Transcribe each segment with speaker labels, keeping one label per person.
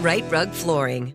Speaker 1: Right Rug Flooring.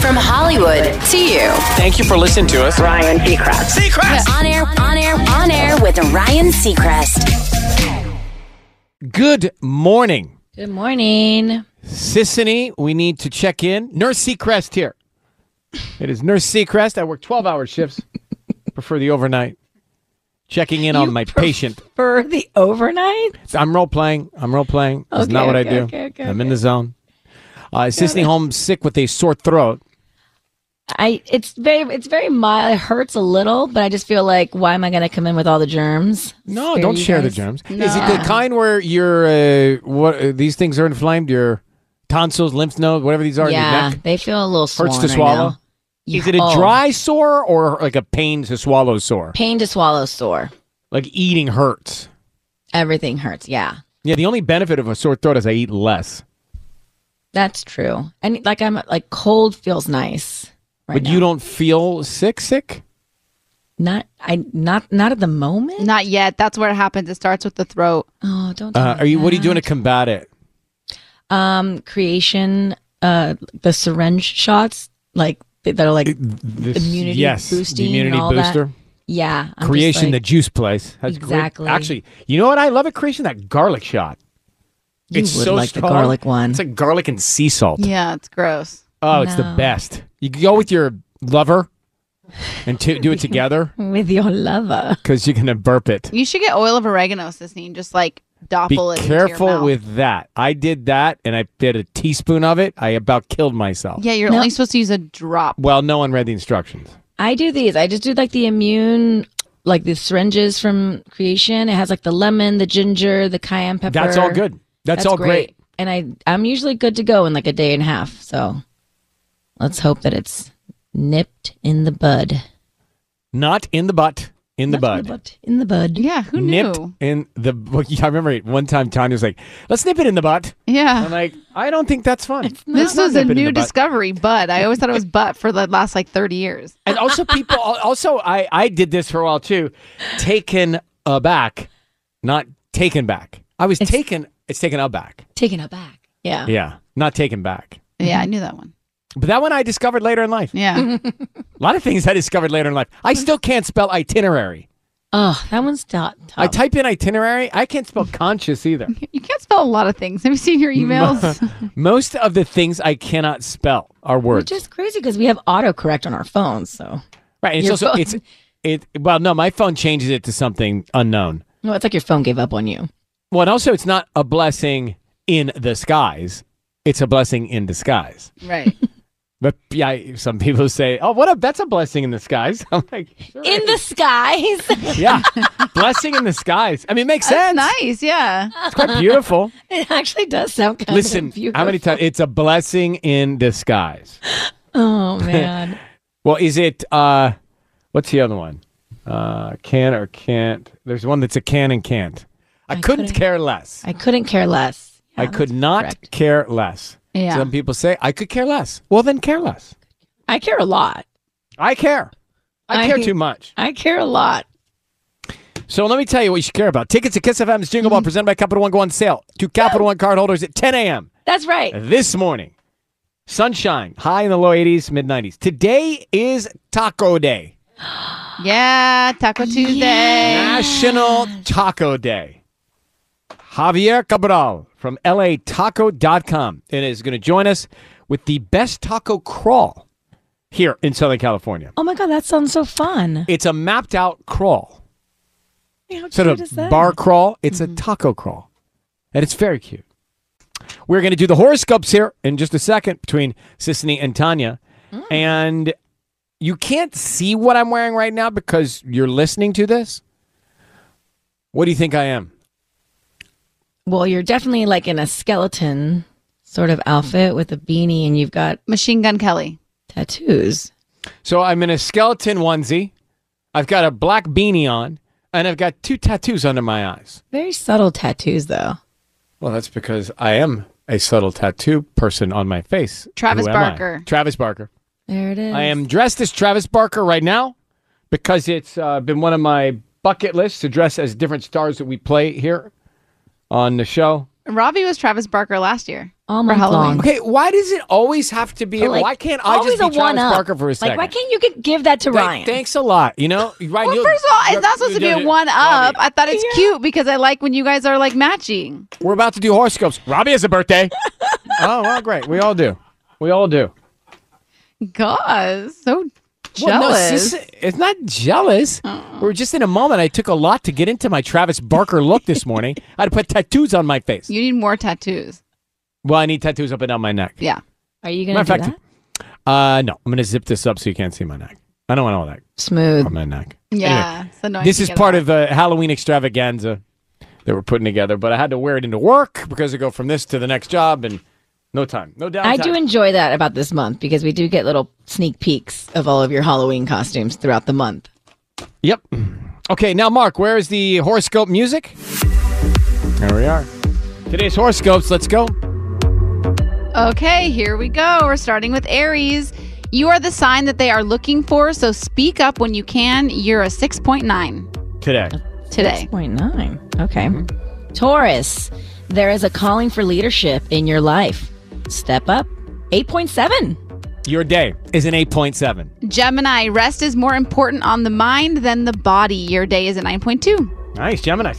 Speaker 2: From Hollywood to you.
Speaker 3: Thank you for listening to us.
Speaker 4: Ryan Seacrest.
Speaker 2: Seacrest! on air, on air, on air with Ryan Seacrest.
Speaker 3: Good morning.
Speaker 5: Good morning.
Speaker 3: Sissany, we need to check in. Nurse Seacrest here. It is Nurse Seacrest. I work 12 hour shifts, prefer the overnight. Checking in on my patient.
Speaker 5: For the overnight?
Speaker 3: I'm role playing. I'm role playing. That's
Speaker 5: Okay,
Speaker 3: not what I
Speaker 5: okay,
Speaker 3: do.
Speaker 5: okay, okay,
Speaker 3: I'm in
Speaker 5: okay.
Speaker 3: the zone. Uh, is Sissany Holmes sick with a sore throat?
Speaker 5: I it's very it's very mild. It hurts a little, but I just feel like why am I going to come in with all the germs?
Speaker 3: No,
Speaker 5: Spare
Speaker 3: don't
Speaker 5: you
Speaker 3: share
Speaker 5: guys.
Speaker 3: the germs. Is it the kind where your uh, what uh, these things are inflamed? Your tonsils, lymph nodes, whatever these are in your
Speaker 5: Yeah,
Speaker 3: neck.
Speaker 5: they feel a little swollen
Speaker 3: Hurts to
Speaker 5: right
Speaker 3: swallow?
Speaker 5: now.
Speaker 3: Is it a
Speaker 5: Oh,
Speaker 3: dry sore or like a pain to swallow sore?
Speaker 5: pain to swallow sore?
Speaker 3: Like eating hurts.
Speaker 5: Everything hurts. Yeah,
Speaker 3: Yeah, the only benefit of a sore throat is I eat less.
Speaker 5: that's true. And like I'm like cold feels nice. Right
Speaker 3: but you don't feel sick, sick?
Speaker 5: not I not not at the moment.
Speaker 6: Not yet. That's where it happens. It starts with the throat.
Speaker 5: Oh, don't.
Speaker 3: Uh,
Speaker 5: tell
Speaker 3: are
Speaker 5: me
Speaker 3: you? What are you
Speaker 5: that.
Speaker 3: doing to combat it?
Speaker 5: Um, creation. Uh, the syringe shots like that are like
Speaker 3: This-
Speaker 5: Immunity
Speaker 3: yes, the
Speaker 5: boosting and
Speaker 3: immunity
Speaker 5: all that.
Speaker 3: booster.
Speaker 5: yeah. I'm just
Speaker 3: creation, the
Speaker 5: like,
Speaker 3: juice place. That's great-
Speaker 5: Exactly.
Speaker 3: Actually, you know what? I love at creation that garlic shot.
Speaker 5: You
Speaker 3: it's
Speaker 5: would
Speaker 3: so
Speaker 5: like the
Speaker 3: strong.
Speaker 5: garlic one.
Speaker 3: It's like garlic and sea salt.
Speaker 6: Yeah, it's gross.
Speaker 3: Oh, it's the
Speaker 5: No.
Speaker 3: best. You can go with your lover and t- do it together
Speaker 5: with your lover.
Speaker 3: because you're gonna burp it.
Speaker 6: You should get oil of oregano, Sisney, and just like
Speaker 3: Be
Speaker 6: doppel it. into your
Speaker 3: careful
Speaker 6: mouth.
Speaker 3: with that. I did that, and I did a teaspoon of it. I about killed myself.
Speaker 6: Yeah, you're
Speaker 5: No.
Speaker 6: only supposed to use a drop.
Speaker 3: Well, no one read the instructions.
Speaker 5: I do these. I just do like the immune, like the syringes from Creation. It has like the lemon, the ginger, the cayenne pepper.
Speaker 3: That's all good. That's, all great.
Speaker 5: And I, I'm usually good to go in like a day and a half. So let's hope that it's nipped in the bud.
Speaker 3: Not in the butt. In the
Speaker 5: Not
Speaker 3: bud.
Speaker 5: In the bud. In the bud.
Speaker 6: Yeah, who
Speaker 3: Nipped
Speaker 6: knew?
Speaker 3: in the. well, I remember it one time Tanya was like, "Let's nip it in the butt." I'm
Speaker 6: Yeah.
Speaker 3: like, "I don't think that's fun."
Speaker 6: This was
Speaker 3: nipping
Speaker 6: a
Speaker 3: in the
Speaker 6: new
Speaker 3: butt.
Speaker 6: discovery, bud. I always thought it was butt for the last like 30 years.
Speaker 3: And also, people. al- Also, I I did this for a while too. Taken aback, not taken back. I was taken. It's taken aback.
Speaker 5: Taken aback. Yeah.
Speaker 3: Yeah, not taken back.
Speaker 6: Yeah, I knew that one.
Speaker 3: But that one I discovered later in life.
Speaker 6: Yeah.
Speaker 3: A lot of things I discovered later in life. I still can't spell itinerary.
Speaker 5: Oh, that one's not
Speaker 3: I type in itinerary. I can't spell conscious either.
Speaker 6: you can't spell a lot of things. Have you seen your emails?
Speaker 3: Most of the things I cannot spell are words.
Speaker 5: Which is crazy because we have autocorrect on our phones. So
Speaker 3: right. It's
Speaker 5: your
Speaker 3: also
Speaker 5: phone.
Speaker 3: it's it. Well, no, my phone changes it to something unknown.
Speaker 5: no, it's like your phone gave up on you.
Speaker 3: Well, and also it's not a blessing in the skies. It's a blessing in disguise.
Speaker 6: right.
Speaker 3: But yeah, I- some people say, "Oh, what a that's a blessing in the skies." I'm like, sure.
Speaker 5: In the skies.
Speaker 3: yeah, blessing in the skies. I mean, it makes
Speaker 6: That's
Speaker 3: sense.
Speaker 6: nice. Yeah.
Speaker 3: It's quite beautiful.
Speaker 5: it actually does sound kind
Speaker 3: Listen,
Speaker 5: of beautiful.
Speaker 3: how many times? It's a blessing in disguise.
Speaker 5: Oh man.
Speaker 3: Well, is it? uh What's the other one? Uh Can or can't? There's one that's a can and can't. I, couldn't
Speaker 5: couldn't-
Speaker 3: care less.
Speaker 5: I couldn't care less.
Speaker 3: I could not
Speaker 5: correct.
Speaker 3: care less.
Speaker 6: Yeah.
Speaker 3: Some people say, I could care less. Well, then care less.
Speaker 5: I care a lot.
Speaker 3: I care. I,
Speaker 5: I
Speaker 3: care
Speaker 5: think-
Speaker 3: too much.
Speaker 5: I care a lot.
Speaker 3: So let me tell you what you should care about. Tickets to Kiss FM's Jingle
Speaker 5: Mm-hmm.
Speaker 3: Ball presented by Capital One go on sale to Capital One cardholders at 10 a.m.
Speaker 5: That's right.
Speaker 3: this morning. Sunshine, high in the low 80s, mid 90s. Today is Taco Day,
Speaker 6: yeah. Taco Tuesday.
Speaker 3: National Taco Day. Javier Cabral from lataco.com and is going to join us with the best taco crawl here in Southern California.
Speaker 5: Oh my god, that sounds so fun.
Speaker 3: It's a mapped out crawl.
Speaker 5: How
Speaker 3: Instead
Speaker 5: cute is that? Mm-hmm.
Speaker 3: of bar crawl, it's a taco crawl. And it's very cute. We're going to do the horoscopes here in just a second between Sisney and Tanya.
Speaker 5: Mm.
Speaker 3: And you can't see what I'm wearing right now because you're listening to this. What do you think I am?
Speaker 5: Well, you're definitely like in a skeleton sort of outfit with a beanie, and you've got
Speaker 6: Machine Gun Kelly.
Speaker 5: tattoos.
Speaker 3: So I'm in a skeleton onesie. I've got a black beanie on, and I've got two tattoos under my eyes.
Speaker 5: Very subtle tattoos, though.
Speaker 3: Well, that's because I am a subtle tattoo person on my face.
Speaker 6: Travis
Speaker 3: Who am I?
Speaker 6: Barker.
Speaker 3: Travis Barker.
Speaker 5: There it is.
Speaker 3: I am dressed as Travis Barker right now because it's uh, been one of my bucket lists to dress as different stars that we play here on the show.
Speaker 6: Robbie was Travis Barker last year.
Speaker 5: all
Speaker 6: for
Speaker 5: month
Speaker 6: Halloween.
Speaker 5: long.
Speaker 3: Okay, why does it always have to be?
Speaker 5: But, Oh like,
Speaker 3: why can't I
Speaker 5: always
Speaker 3: just be
Speaker 5: a
Speaker 3: Travis
Speaker 5: one-up.
Speaker 3: Barker for a second?
Speaker 5: Like, why can't you g- give that to
Speaker 3: Thank-
Speaker 5: Ryan?
Speaker 3: Thanks a lot. You know, Ryan.
Speaker 6: Well,
Speaker 3: you'll-
Speaker 6: first of all, it's
Speaker 3: you're-
Speaker 6: not supposed to be
Speaker 3: you're-
Speaker 6: a one up. I thought it's
Speaker 5: Yeah.
Speaker 6: cute because I like when you guys are like matching.
Speaker 3: We're about to do horoscopes. Robbie has a birthday. oh well, great. We all do. We all do.
Speaker 6: God, so jealous.
Speaker 3: Well, no, sis- it's not jealous. We're just in a moment. I took a lot to get into my Travis Barker look this morning. I had to put tattoos on my face.
Speaker 6: you need more tattoos.
Speaker 3: Well, I need tattoos up and down my neck.
Speaker 6: Yeah.
Speaker 5: Are you gonna
Speaker 3: Matter
Speaker 5: do
Speaker 3: of fact-
Speaker 5: that?
Speaker 3: Uh, no, I'm gonna zip this up so you can't see my neck. I don't want all that
Speaker 5: Smooth.
Speaker 3: on my neck.
Speaker 6: Yeah. it's annoying
Speaker 3: this
Speaker 6: to
Speaker 3: is
Speaker 6: get
Speaker 3: part
Speaker 6: out.
Speaker 3: of a Halloween extravaganza that we're putting together, but I had to wear it into work because I go from this to the next job and no time, no downtime.
Speaker 5: I do enjoy that about this month because we do get little sneak peeks of all of your Halloween costumes throughout the month.
Speaker 3: Yep. Okay, now Mark, where is the horoscope music? There we are. Today's horoscopes. Let's go.
Speaker 6: Okay, here we go. We're starting with Aries. You are the sign that they are looking for, so speak up when you can. You're a 6.9
Speaker 3: Today. Mm-hmm.
Speaker 6: today.
Speaker 5: 6.9. Okay. Taurus, there is a calling for leadership in your life. Step up. 8.7.
Speaker 3: Your day is an 8.7.
Speaker 6: Gemini, rest is more important on the mind than the body. Your day is a 9.2.
Speaker 3: Nice, Gemini.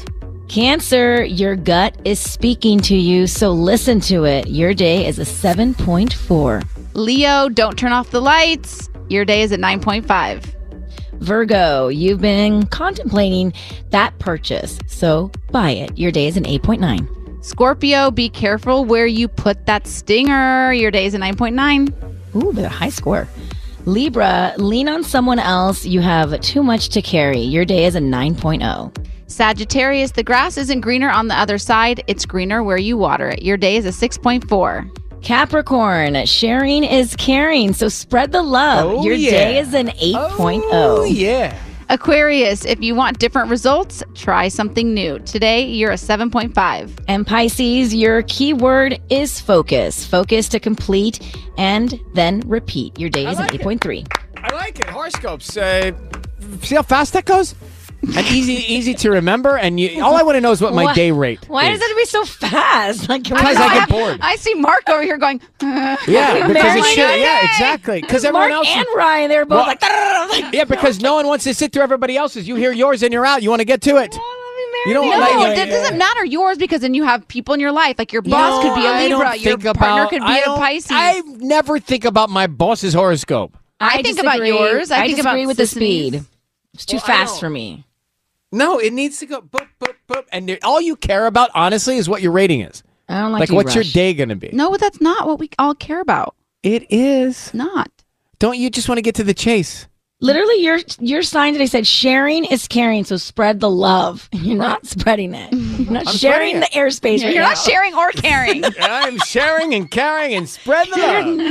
Speaker 5: Cancer, your gut is speaking to you, so listen to it. Your day is a 7.4.
Speaker 6: Leo, don't turn off the lights. Your day is at 9.5.
Speaker 5: Virgo, you've been contemplating that purchase, so buy it. Your day is an 8.9.
Speaker 6: Scorpio, be careful where you put that stinger. Your day is a 9.9.
Speaker 5: Ooh, the high score. Libra, lean on someone else. You have too much to carry. Your day is a oh. 9.0.
Speaker 6: Sagittarius, the grass isn't greener on the other side, it's greener where you water it. Your day is a 6.4.
Speaker 5: Capricorn, sharing is caring, so spread the love.
Speaker 3: Oh,
Speaker 5: Your
Speaker 3: yeah. Oh,
Speaker 5: day is an oh. 8.0.
Speaker 3: yeah.
Speaker 6: Aquarius, if you want different results, try something new. Today, you're a 7.5.
Speaker 5: And Pisces, your keyword is focus. Focus to complete and then repeat. Your day is
Speaker 3: like
Speaker 5: an
Speaker 3: it.
Speaker 5: 8.3.
Speaker 3: I like it. Horoscopes. Uh, see how fast that goes? And easy, easy to remember. And you, all I want to know is what my
Speaker 5: Why-
Speaker 3: day rate.
Speaker 5: Why
Speaker 3: is.
Speaker 5: does it have to be so fast? Like, can we
Speaker 3: Because
Speaker 5: not
Speaker 3: I
Speaker 5: have-
Speaker 3: get bored.
Speaker 6: I see Mark over here going, "Uh."
Speaker 3: Yeah, because
Speaker 5: Mary
Speaker 3: it should.
Speaker 5: Kay.
Speaker 3: Yeah, exactly. Because everyone
Speaker 5: Mark
Speaker 3: else.
Speaker 5: and Ryan, they're both
Speaker 3: Well-
Speaker 5: like, "Arr," like,
Speaker 3: yeah, because no one wants to sit through everybody else's. You hear yours and you're out. You want to get to it. Oh, You don't
Speaker 6: No,
Speaker 3: want to.
Speaker 6: that doesn't matter yours because then you have people in your life. Like your boss could be a
Speaker 3: I don't
Speaker 6: Libra, your
Speaker 3: think
Speaker 6: partner
Speaker 3: about-
Speaker 6: could
Speaker 3: I
Speaker 6: be a
Speaker 3: don't-
Speaker 6: Pisces.
Speaker 3: I never think about my boss's horoscope.
Speaker 6: I think about
Speaker 5: disagree.
Speaker 6: yours. I think about
Speaker 5: disagree with the
Speaker 6: Sissy's.
Speaker 5: speed. It's too fast for me.
Speaker 3: No, it needs to go boop boop boop, and it- all you care about, honestly, is what your rating is.
Speaker 5: I don't like.
Speaker 3: Like,
Speaker 5: to
Speaker 3: what's your
Speaker 5: rush.
Speaker 3: day going to be?
Speaker 6: no, that's not what we all care about.
Speaker 3: It is.
Speaker 6: Not.
Speaker 3: Don't you just want to get to the chase?
Speaker 5: Literally, your your sign today said sharing is caring, so spread the love. You're not spreading it. You're not sharing
Speaker 3: spreading
Speaker 5: the airspace.
Speaker 6: You're not sharing or caring
Speaker 3: I'm sharing and caring and spreading the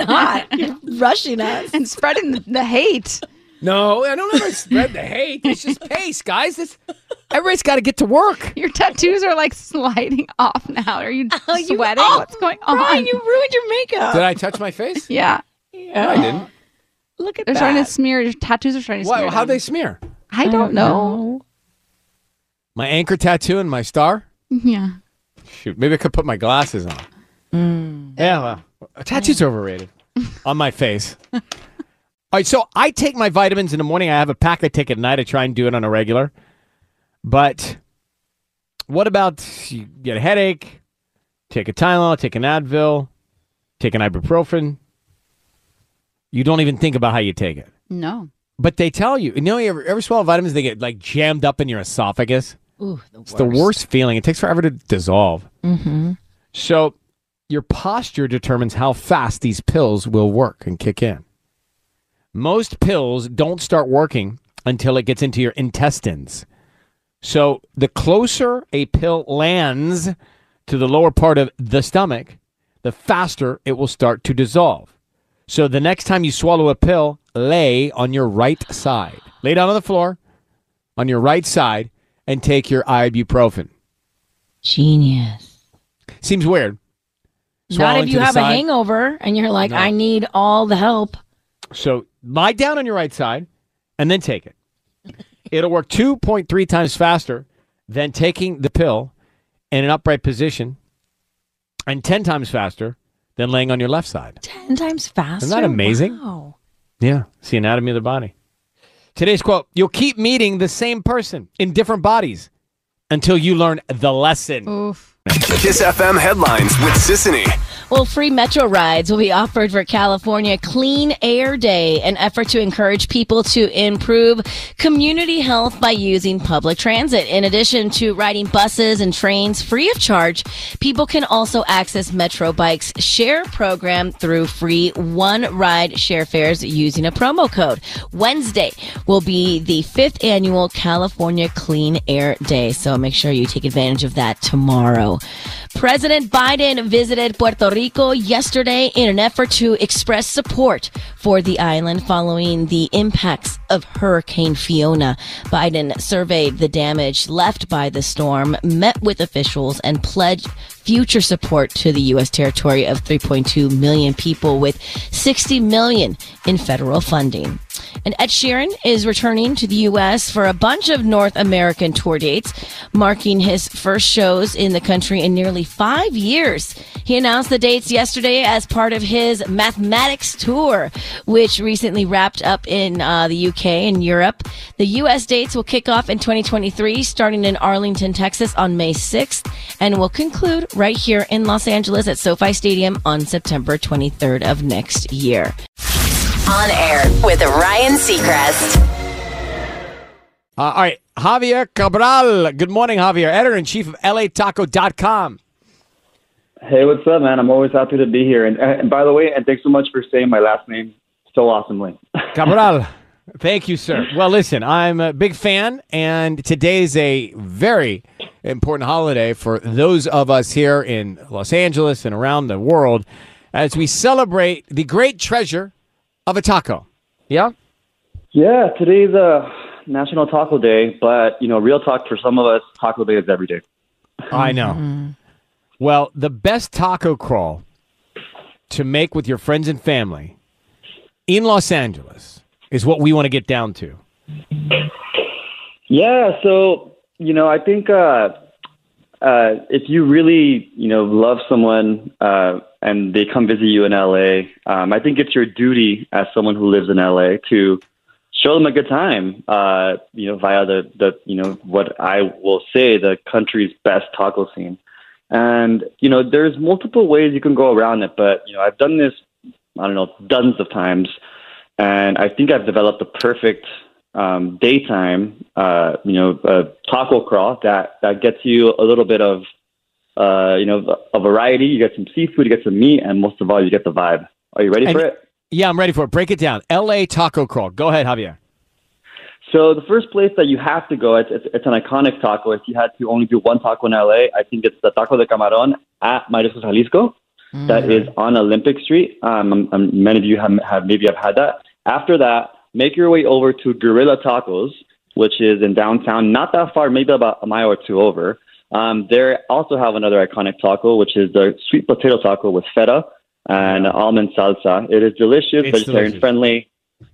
Speaker 3: love.
Speaker 5: Not You're rushing us.
Speaker 6: and spreading the hate.
Speaker 3: No, I don't ever spread the hate. It's just pace, guys. This everybody's got to get to work.
Speaker 6: Your tattoos are like sliding off now. Are you
Speaker 7: you-
Speaker 6: sweating?
Speaker 7: oh,
Speaker 6: What's going on?
Speaker 7: Brian, you ruined your makeup.
Speaker 3: Did I touch my face?
Speaker 6: yeah.
Speaker 3: No, I didn't.
Speaker 7: Look at
Speaker 6: They're
Speaker 7: that.
Speaker 6: starting to smear. Your tattoos are starting to
Speaker 3: Why?
Speaker 6: smear.
Speaker 3: How
Speaker 6: down.
Speaker 3: they smear?
Speaker 6: I don't know.
Speaker 3: My anchor tattoo and my star.
Speaker 6: Yeah.
Speaker 3: Shoot, maybe I could put my glasses on.
Speaker 7: Mm.
Speaker 3: Yeah, well, tattoos are overrated on my face. All right, so I take my vitamins in the morning. I have a pack I take at night. I try and do it on a regular. But what about you get a headache? Take a Tylenol, take an Advil, take an ibuprofen. You don't even think about how you take it.
Speaker 6: No.
Speaker 3: But they tell you, you know, you ever, ever swallow vitamins, they get like jammed up in your esophagus.
Speaker 7: Ooh, the worst.
Speaker 3: It's the worst feeling. It takes forever to dissolve. Mm-hmm. So, your posture determines how fast these pills will work and kick in. Most pills don't start working until it gets into your intestines. So, the closer a pill lands to the lower part of the stomach, the faster it will start to dissolve. So, the next time you swallow a pill, lay on your right side. Lay down on the floor on your right side and take your ibuprofen.
Speaker 7: Genius.
Speaker 3: Seems weird.
Speaker 7: Not
Speaker 3: Swallowing
Speaker 7: if
Speaker 3: to
Speaker 7: you
Speaker 3: the
Speaker 7: have a
Speaker 3: side.
Speaker 7: hangover and you're like, I need all the help.
Speaker 3: So lie down on your right side and then take it. It'll work 2.3 times faster than taking the pill in an upright position and 10 times faster than laying on your left side.
Speaker 7: Ten times faster.
Speaker 3: amazing?
Speaker 7: Wow.
Speaker 3: Yeah. It's the anatomy of the body. Today's quote You'll keep meeting the same person in different bodies until you learn the lesson.
Speaker 6: Oof.
Speaker 8: Kiss FM headlines with Sissany.
Speaker 5: Well, free metro rides will be offered for California Clean Air Day, an effort to encourage people to improve community health by using public transit. In addition to riding buses and trains free of charge, people can also access Metro Bike's share program through free one ride share fares using a promo code. Wednesday will be the fifth annual California Clean Air Day, so make sure you take advantage of that tomorrow. President Biden visited Puerto Rico yesterday in an effort to express support for the island following the impacts of Hurricane Fiona. Biden surveyed the damage left by the storm, met with officials, and pledged future support to the U.S. territory of 3.2 million people with 60 million in federal funding. And Ed Sheeran is returning to the U.S. for a bunch of North American tour dates, marking his first shows in the country in nearly five years. He announced the dates yesterday as part of his Mathematics tour, which recently wrapped up in uh, the UK and Europe. The U.S. dates will kick off in 2023, starting in Arlington, Texas on May 6th, and will conclude right here in Los Angeles at SoFi Stadium on September 23rd of next year.
Speaker 9: On air with Ryan Seacrest.
Speaker 3: Uh, all right, Javier Cabral. Good morning, Javier, editor in chief of lataco.com.
Speaker 10: Hey, what's up, man? I'm always happy to be here. And, uh, and by the way, and thanks so much for saying my last name so awesomely.
Speaker 3: Cabral, thank you, sir. Well, listen, I'm a big fan, and today is a very important holiday for those of us here in Los Angeles and around the world as we celebrate the great treasure of a taco. Yeah?
Speaker 10: Yeah, today's uh, National Taco Day, but you know, real talk for some of us, Taco Day is every day.
Speaker 3: I know. Mm-hmm. Well, the best taco crawl to make with your friends and family in Los Angeles is what we want to get down to.
Speaker 10: Yeah, so you know, I think uh, uh, if you really you know love someone uh, and they come visit you in LA, um, I think it's your duty as someone who lives in LA to show them a good time. Uh, you know, via the the you know what I will say the country's best taco scene, and you know there's multiple ways you can go around it, but you know I've done this I don't know dozens of times and I think I've developed the perfect um, daytime, uh, you know, uh, taco crawl that that gets you a little bit of, uh, you know, a variety. You get some seafood, you get some meat, and most of all, you get the vibe. Are you ready
Speaker 3: And-
Speaker 10: for it?
Speaker 3: Yeah, I'm ready for it. Break it down. LA taco crawl. Go ahead, Javier.
Speaker 10: So the first place that you have to go, it's, it's, it's an iconic taco. If you had to only do one taco in LA, I think it's the Taco de Camarón at Mariscos Jalisco. That is on Olympic Street. Um, um, um, many of you have, have maybe have had that. After that, make your way over to Gorilla Tacos, which is in downtown, not that far, maybe about a mile or two over. Um, they also have another iconic taco, which is the sweet potato taco with feta and almond salsa. It is delicious,
Speaker 11: It's
Speaker 10: vegetarian
Speaker 11: delicious. Ah.
Speaker 10: friendly.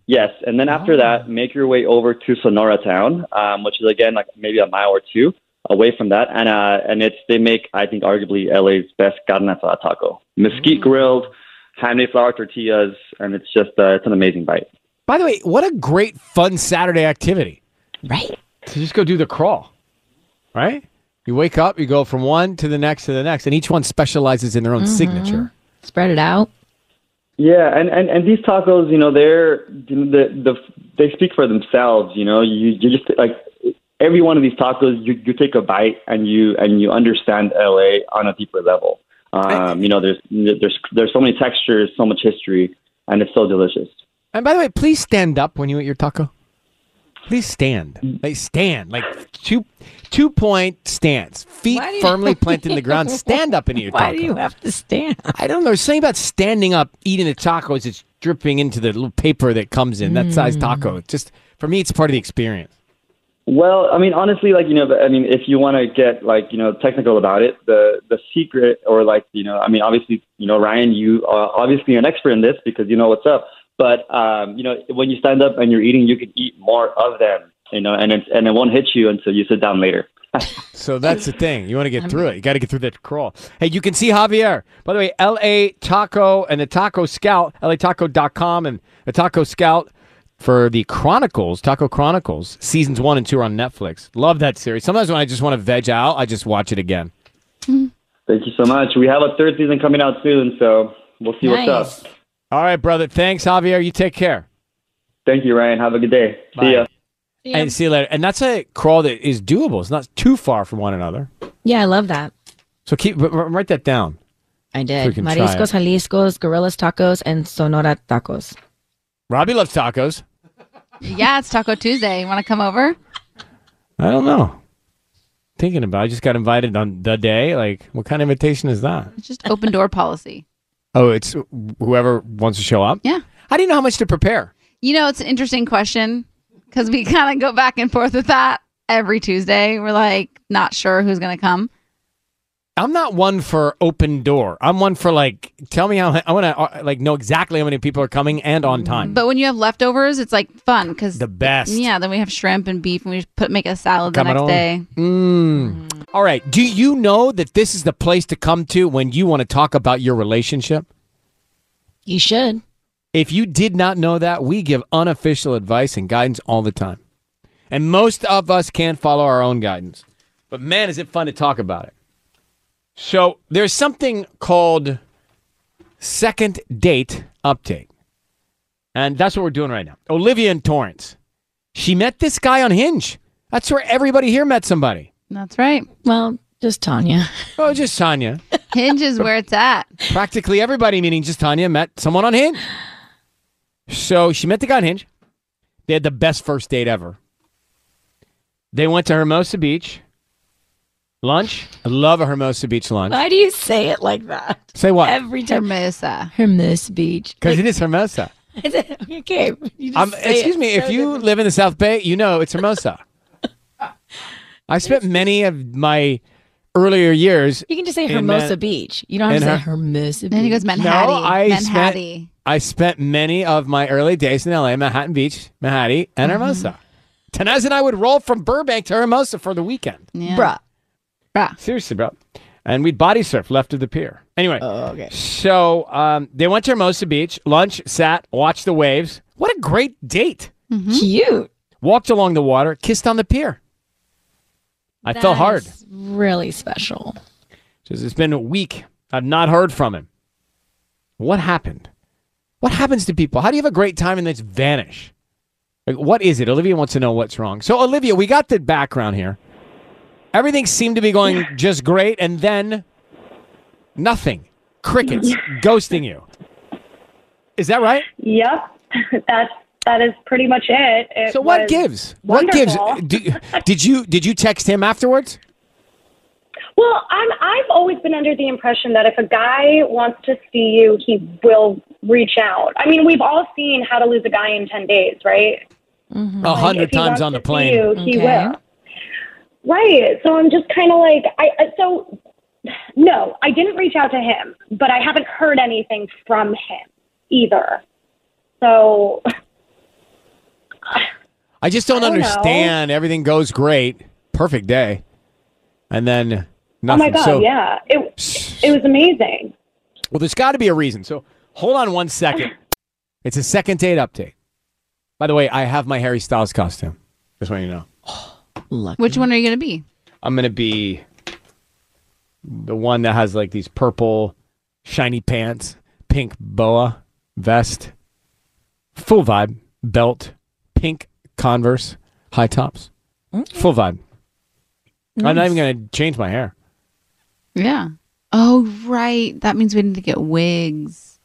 Speaker 10: Yes, and then after that, make your way over to Sonora Town, um, which is again like maybe a mile or two away from that, and uh, and it's they make I think arguably LA's best carne asada taco,
Speaker 11: Mm.
Speaker 10: mesquite grilled, handmade flour tortillas, and it's just uh, it's an amazing bite.
Speaker 3: By the way, what a great fun Saturday activity.
Speaker 2: Right.
Speaker 3: To just go do the crawl. Right? You wake up, you go from one to the next to the next, and each one specializes in their
Speaker 5: Mm-hmm.
Speaker 3: own signature.
Speaker 5: Spread it out.
Speaker 10: Yeah, and, and, and these tacos, you know, they're the, the they speak for themselves. You know, you you just like every one of these tacos, you, you take a bite and you and you understand LA on a deeper level. Um, you know, there's there's there's so many textures, so much history, and it's so delicious.
Speaker 3: And by the way, please stand up when you eat your taco. Please stand. Like stand. Like two two point stance. Feet
Speaker 5: Why do you-
Speaker 3: firmly planted in the ground. Stand up and eat your
Speaker 5: Why
Speaker 3: taco.
Speaker 5: do you have to stand?
Speaker 3: I don't know. There's something about standing up, eating a taco is it's dripping into the little paper that comes in, that
Speaker 5: Mm.
Speaker 3: size taco. It's just for me it's part of the experience.
Speaker 10: Well, I mean, honestly, like you know, I mean, if you want to get like you know technical about it, the the secret or like you know, I mean, obviously, you know, Ryan, you are obviously an expert in this because you know what's up. But um, you know, when you stand up and you're eating, you can eat more of them, you know, and it's, and it won't hit you until you sit down later.
Speaker 3: So that's the thing. You want to get through it. You got to get through that crawl. Hey, you can see Javier. By the way, LA Taco and the Taco Scout, lataco.com and the Taco Scout for the Chronicles, Taco Chronicles, seasons one and two are on Netflix. Love that series. Sometimes when I just want to veg out, I just watch it again.
Speaker 10: Thank you so much. We have a third season coming out soon, so we'll see what's up.
Speaker 3: All right, brother. Thanks, Javier. You take care.
Speaker 10: Thank you, Ryan. Have a good day. See ya.
Speaker 3: And see you later. And that's a crawl that is doable. It's not too far from one another.
Speaker 5: Yeah, I love that.
Speaker 3: So keep r- r- write that down.
Speaker 5: I
Speaker 3: We
Speaker 5: did.
Speaker 3: can try
Speaker 5: Mariscos,
Speaker 3: it.
Speaker 5: Jaliscos, Gorillas Tacos, and Sonora Tacos.
Speaker 3: Robbie loves tacos.
Speaker 6: Yeah, it's Taco Tuesday. You want to come over?
Speaker 3: I don't know. Thinking about, it. I just got invited on the day. Like, what kind of invitation is that?
Speaker 6: It's just open door policy.
Speaker 3: Oh, it's whoever wants to show up.
Speaker 6: Yeah.
Speaker 3: I didn't know how much to prepare.
Speaker 6: You know, it's an interesting question because we kind of go back and forth with that every Tuesday. We're like, not sure who's going to come.
Speaker 3: I'm not one for open door. I'm one for like, tell me how I want to like know exactly how many people are coming and on time.
Speaker 6: But when you have leftovers, it's like fun because
Speaker 3: The best.
Speaker 6: Yeah, then we have shrimp and beef, and we just put make a salad the next
Speaker 3: on.
Speaker 6: day.
Speaker 3: Mm. All right. Do you know that this is the place to come to when you want to talk about your relationship?
Speaker 2: You should.
Speaker 3: If you did not know that, we give unofficial advice and guidance all the time. And most of us can't follow our own guidance. But man, is it fun to talk about it. So there's something called second date update. And that's what we're doing right now. Olivia in Torrance. She met this guy on Hinge. That's where everybody here met somebody.
Speaker 6: That's right.
Speaker 5: Well, just Tanya.
Speaker 3: Oh, just Tanya.
Speaker 6: Hinge is where it's at.
Speaker 3: practically everybody, meaning just Tanya, met someone on Hinge. So she met the guy on Hinge. They had the best first date ever. They went to Hermosa Beach. Lunch. I love a Hermosa Beach lunch.
Speaker 2: Why do you say it like that?
Speaker 3: Say what?
Speaker 2: Every time.
Speaker 6: Hermosa.
Speaker 5: Hermosa Beach.
Speaker 3: Because it is Hermosa.
Speaker 2: okay. you just
Speaker 3: Um,
Speaker 2: say
Speaker 3: excuse
Speaker 2: it
Speaker 3: me,
Speaker 2: so
Speaker 3: if you live in the South Bay, you know it's Hermosa. I spent many of my earlier years.
Speaker 2: You can just say
Speaker 3: in
Speaker 2: Hermosa
Speaker 3: Man-
Speaker 2: Beach. You don't have to
Speaker 3: in
Speaker 2: say
Speaker 3: Her-
Speaker 2: Hermosa Beach.
Speaker 6: Then he goes Manhattan.
Speaker 3: No, I
Speaker 6: Manhattan.
Speaker 3: spent I spent many of my early days in LA, Manhattan Beach, Manhattan, and Hermosa. Tenaz and I would roll from Burbank to Hermosa for the weekend.
Speaker 6: Yeah.
Speaker 2: Bruh.
Speaker 3: Seriously, bro. And we'd body surf left of the pier. Anyway,
Speaker 2: Oh, okay.
Speaker 3: so um, they went to Hermosa Beach, lunch, sat, watched the waves. What a great date.
Speaker 2: Cute.
Speaker 3: Walked along the water, kissed on the pier. I fell
Speaker 2: That
Speaker 3: hard.
Speaker 2: is Really special.
Speaker 3: Just it's been a week. I've not heard from him. What happened? What happens to people? How do you have a great time and then just vanish? Like, what is it? Olivia wants to know what's wrong. So, Olivia, we got the background here. Everything seemed to be going just great, and then nothing. Crickets ghosting you. Is that right?
Speaker 12: Yep, that's that is pretty much it. It
Speaker 3: so, what
Speaker 12: was
Speaker 3: gives? What
Speaker 12: wonderful.
Speaker 3: gives? Do, did you did you text him afterwards?
Speaker 12: Well, I'm I've always been under the impression that if a guy wants to see you, he will reach out. I mean, we've all seen How to Lose a Guy in 10 Days, right?
Speaker 5: Mm-hmm.
Speaker 3: A hundred
Speaker 12: if he
Speaker 3: times
Speaker 12: wants
Speaker 3: on the
Speaker 12: to see
Speaker 3: plane.
Speaker 12: you, he will. Right. So I'm just kind of like, I, I so no, I didn't reach out to him, but I haven't heard anything from him either. So oh
Speaker 3: I just don't,
Speaker 12: I don't know.
Speaker 3: understand. Everything goes great, perfect day, and then
Speaker 12: oh
Speaker 3: nothing.
Speaker 12: my god,
Speaker 3: so,
Speaker 12: yeah, it it was amazing.
Speaker 3: Well, there's got to be a reason. So hold on one second. it's a second date update. By the way, I have my Harry Styles costume. Just want you to know. Lucky.
Speaker 6: Which one are you going to be?
Speaker 3: I'm gonna be the one that has like these purple shiny pants, pink boa vest, full vibe belt, pink Converse high tops, full vibe. I'm not
Speaker 6: Nice.
Speaker 3: even gonna change my hair.
Speaker 6: Yeah. Oh, right. That means we need to get wigs.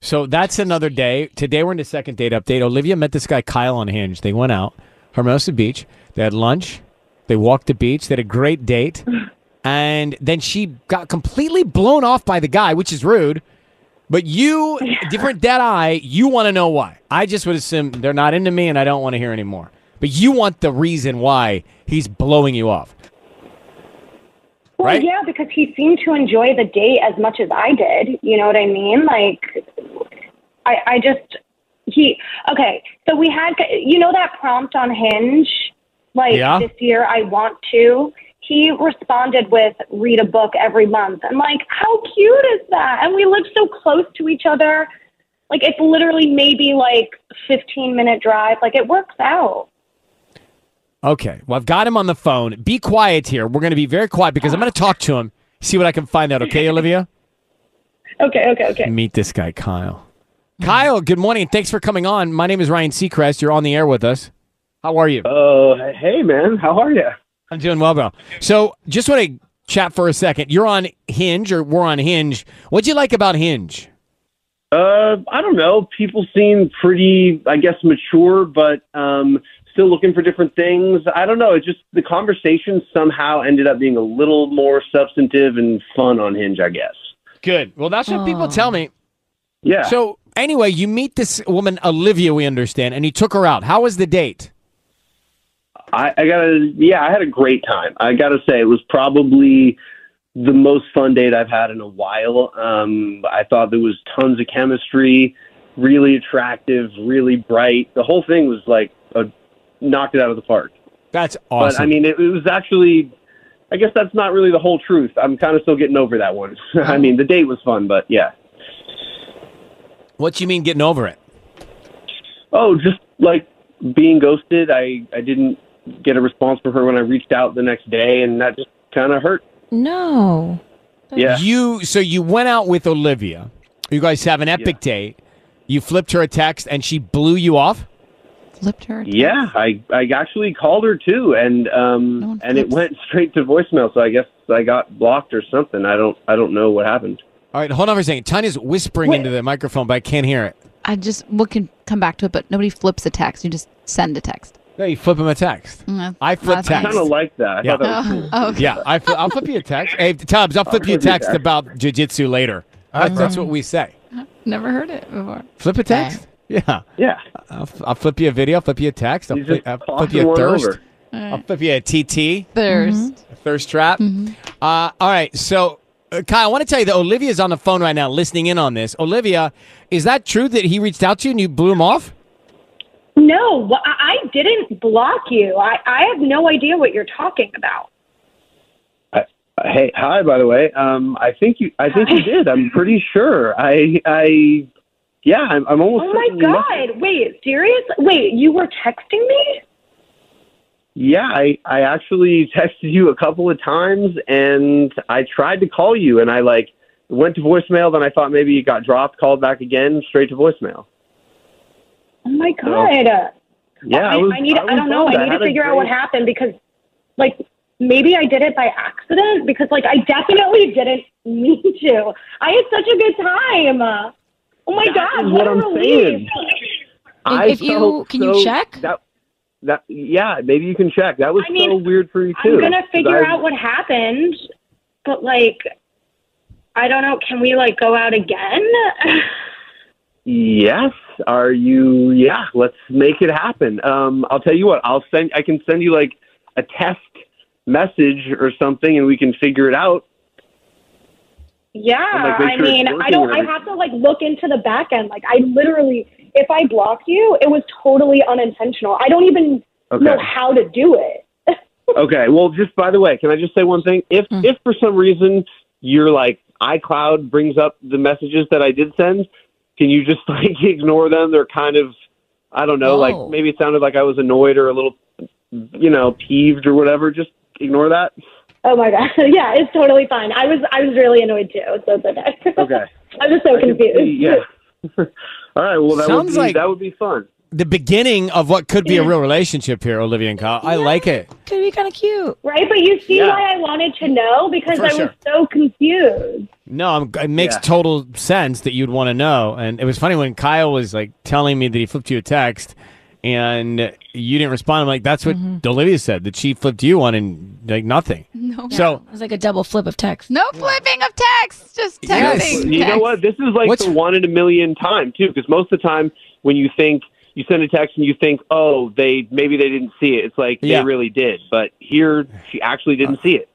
Speaker 3: So that's another day. Today we're in the second date update. Olivia met this guy Kyle on Hinge. They went out Hermosa Beach. They had lunch. They walked the beach. They had a great date. And then she got completely blown off by the guy, which is rude. But you, different dead eye, you want to know why. I just would assume they're not into me and I don't want to hear anymore. But you want the reason why he's blowing you off.
Speaker 12: Well,
Speaker 3: Right?
Speaker 12: yeah, because he seemed to enjoy the date as much as I did. You know what I mean? Like, I, I just he okay. So we had you know that prompt on Hinge, like
Speaker 11: Yeah.
Speaker 12: this year I want to. He responded with read a book every month. I'm like, how cute is that? And we live so close to each other. Like it's literally maybe like 15 minute drive. Like it works out.
Speaker 3: Okay. Well, I've got him on the phone. Be quiet here. We're going to be very quiet because I'm going to talk to him, see what I can find out. Okay, Olivia?
Speaker 12: Okay, okay, okay.
Speaker 3: Meet this guy, Kyle. Mm-hmm. Kyle, good morning. and Thanks for coming on. My name is Ryan Seacrest. You're on the air with us. How are you?
Speaker 13: Oh, hey, man. How are you?
Speaker 3: I'm doing well, bro. So, just want to chat for a second. You're on Hinge, or we're on Hinge. What'd you like about Hinge?
Speaker 13: Uh, I don't know. People seem pretty, I guess, mature, but um, still looking for different things. I don't know. It just the conversation somehow ended up being a little more substantive and fun on Hinge, I guess.
Speaker 3: Good. Well, that's what people tell me.
Speaker 13: Yeah.
Speaker 3: So, anyway, you meet this woman, Olivia, we understand, and you took her out. How was the date?
Speaker 13: I, I gotta, yeah, I had a great time. I gotta say, it was probably the most fun date I've had in a while. Um, I thought there was tons of chemistry, really attractive, really bright. The whole thing was like a, knocked it out of the park.
Speaker 3: That's
Speaker 13: But I
Speaker 3: awesome.
Speaker 13: mean, it, it was actually, I guess that's not really the whole truth. I'm kind of still getting over that one. I mean, the date was fun, but yeah.
Speaker 3: What do you mean getting over it?
Speaker 13: Oh, just like being ghosted. I, I didn't get a response from her when I reached out the next day, and that just kind of hurt.
Speaker 3: No.
Speaker 13: Yeah.
Speaker 3: You so you went out with Olivia. You guys have an epic date. You flipped her a text and she blew you off.
Speaker 6: Flipped her.
Speaker 13: Yeah, I I actually called her too, and um and it went straight to voicemail. So I guess I got blocked or something. I don't I don't know what happened.
Speaker 3: All right, hold on for a second. Tanya's whispering into the microphone, but I can't hear it.
Speaker 6: I just, we can come back to it, but nobody flips a text. You just send a text.
Speaker 3: No, you flip him a text.
Speaker 6: Mm,
Speaker 3: I flip
Speaker 6: that's
Speaker 3: text.
Speaker 6: nice. Kinda
Speaker 13: like that.
Speaker 3: yeah.
Speaker 13: thought that was cool.
Speaker 6: Oh, okay.
Speaker 3: yeah, I fl- I'll flip you a text. Hey, Tubbs, I'll flip you a text about jujitsu later. That's, that's what we say.
Speaker 6: Never heard it before.
Speaker 3: Flip a text. Yeah.
Speaker 13: Yeah.
Speaker 3: I'll, f- I'll flip you a video. I'll flip you a text. I'll,
Speaker 13: You
Speaker 3: fli-
Speaker 13: just
Speaker 3: I'll flip
Speaker 13: talking
Speaker 3: you a
Speaker 13: one
Speaker 3: thirst.
Speaker 13: over.
Speaker 3: I'll flip you a TT. A
Speaker 6: Thirst.
Speaker 3: Mm-hmm. thirst trap.
Speaker 14: Mm-hmm.
Speaker 3: Uh, all right. So, uh, Kyle, I want to tell you that Olivia's on the phone right now listening in on this. Olivia, is that true that he reached out to you and you blew him off?
Speaker 12: No, wh- I I didn't block you. I, I have no idea what you're talking about.
Speaker 13: Hey, hi. By the way, um, I think you. I think you did. I'm pretty sure. I. I. Yeah, I'm, I'm almost.
Speaker 12: Oh my
Speaker 13: certain you must-
Speaker 12: God. Wait, serious? Wait, you were texting me?
Speaker 13: Yeah, I. I actually texted you a couple of times, and I tried to call you, and I like went to voicemail. Then I thought maybe you got dropped, called back again, straight to voicemail.
Speaker 12: Oh my
Speaker 13: No.
Speaker 12: God.
Speaker 13: Yeah,
Speaker 12: I,
Speaker 13: I, was,
Speaker 12: I need, I,
Speaker 13: was
Speaker 12: don't know.
Speaker 13: bummed.
Speaker 12: I need
Speaker 13: had
Speaker 12: to
Speaker 13: a
Speaker 12: figure out what
Speaker 13: great-
Speaker 12: happened because, like, maybe I did it by accident because, like, I definitely didn't mean to. I had such a good time. Oh my God. what
Speaker 13: is what
Speaker 12: a
Speaker 13: I'm
Speaker 12: relief.
Speaker 13: saying. I
Speaker 12: If you-
Speaker 13: felt
Speaker 12: can you
Speaker 13: so-
Speaker 12: check?
Speaker 13: That, that yeah, maybe you can check. That was
Speaker 12: I mean,
Speaker 13: so weird for you
Speaker 12: I'm
Speaker 13: too.
Speaker 12: going to
Speaker 13: 'cause
Speaker 12: figure
Speaker 13: I-
Speaker 12: out what happened, but, like, I don't know. Can we, like, go out again?
Speaker 13: Yes. Are you? Yeah. Let's make it happen. Um, I'll tell you what. I'll send. I can send you like a test message or something, and we can figure it out.
Speaker 12: Yeah,
Speaker 13: And, like, make
Speaker 12: I
Speaker 13: sure it's
Speaker 12: mean, I
Speaker 13: working
Speaker 12: don't.
Speaker 13: and
Speaker 12: I have to like look into the back end. Like, I literally, if I block you, it was totally unintentional. I don't even know
Speaker 13: Okay.
Speaker 12: how to do it.
Speaker 13: Okay. Well, just by the way, can I just say one thing? If
Speaker 3: Hmm.
Speaker 13: if for some reason you're like iCloud brings up the messages that I did send, can you just like ignore them? They're kind of I don't know,
Speaker 11: Whoa.
Speaker 13: like maybe it sounded like I was annoyed or a little you know, peeved or whatever. Just ignore that.
Speaker 12: Oh my god! yeah, it's totally fine. I was I was really annoyed too, so it's okay.
Speaker 13: Okay.
Speaker 12: I'm just so confused.
Speaker 13: yeah. All right, well that
Speaker 3: Sounds
Speaker 13: would be,
Speaker 3: like-
Speaker 13: that would be fun.
Speaker 3: The beginning of what could be a real relationship here, Olivia and Kyle. I like it.
Speaker 12: Could be kind of cute, right? But you see
Speaker 3: Yeah.
Speaker 12: why I wanted to know because
Speaker 3: For
Speaker 12: I was
Speaker 3: sure.
Speaker 12: so confused.
Speaker 3: No, I'm, it makes
Speaker 12: Yeah.
Speaker 3: total sense that you'd want to know. And it was funny when Kyle was like telling me that he flipped you a text and you didn't respond. I'm like, that's what Olivia said, that she flipped you one and like nothing.
Speaker 6: No.
Speaker 3: So
Speaker 5: It was like a double flip of text.
Speaker 6: No flipping of text, just texting.
Speaker 13: You know
Speaker 6: text.
Speaker 13: what? This is like the one in a million time too, because most of the time when you think you send a text and you think, oh, they maybe they didn't see it. It's like
Speaker 3: Yeah.
Speaker 13: they really did, but here she actually didn't see it.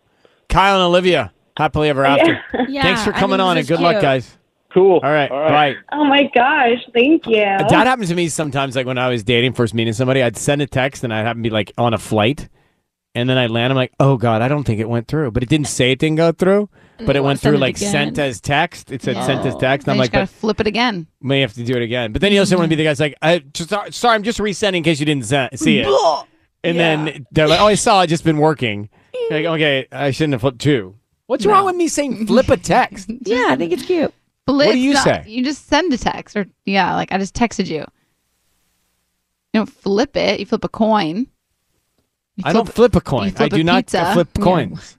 Speaker 3: Kyle and Olivia, happily ever after.
Speaker 12: Yeah,
Speaker 3: Thanks for
Speaker 12: I
Speaker 3: coming
Speaker 12: think
Speaker 3: on
Speaker 12: this
Speaker 3: and
Speaker 12: is
Speaker 3: good luck,
Speaker 12: cute.
Speaker 3: guys.
Speaker 13: Cool.
Speaker 3: All right. All right.
Speaker 13: right.
Speaker 12: Oh my gosh! Thank you.
Speaker 3: That happened to me sometimes, like when I was dating, first meeting somebody, I'd send a text and I'd happen to be like on a flight. And then I land, I'm like, oh God, I don't think it went through. But it didn't say it didn't go through,
Speaker 6: And
Speaker 3: but it
Speaker 6: you wanna
Speaker 3: went
Speaker 6: send
Speaker 3: through
Speaker 6: it
Speaker 3: like
Speaker 6: again.
Speaker 3: sent as text. It said sent as
Speaker 6: Oh.
Speaker 3: text. And
Speaker 6: Then
Speaker 3: I'm
Speaker 6: you
Speaker 3: like,
Speaker 6: just gotta
Speaker 3: but
Speaker 6: flip it again.
Speaker 3: may have to do it again. But then you also want to be the guy's like, I, just, sorry, sorry, I'm just resending in case you didn't se- see it. And then they're like, oh, I saw it, just been working. You're like, okay, I shouldn't have flipped two. What's wrong with me saying flip a text?
Speaker 6: yeah, I think it's cute.
Speaker 3: What do you say?
Speaker 6: You just send a text, or yeah, like I just texted you. You don't flip it. You flip a coin.
Speaker 3: I don't flip a coin.
Speaker 6: flip
Speaker 3: I
Speaker 6: a
Speaker 3: do not
Speaker 6: pizza.
Speaker 3: flip
Speaker 6: Yeah.
Speaker 3: coins.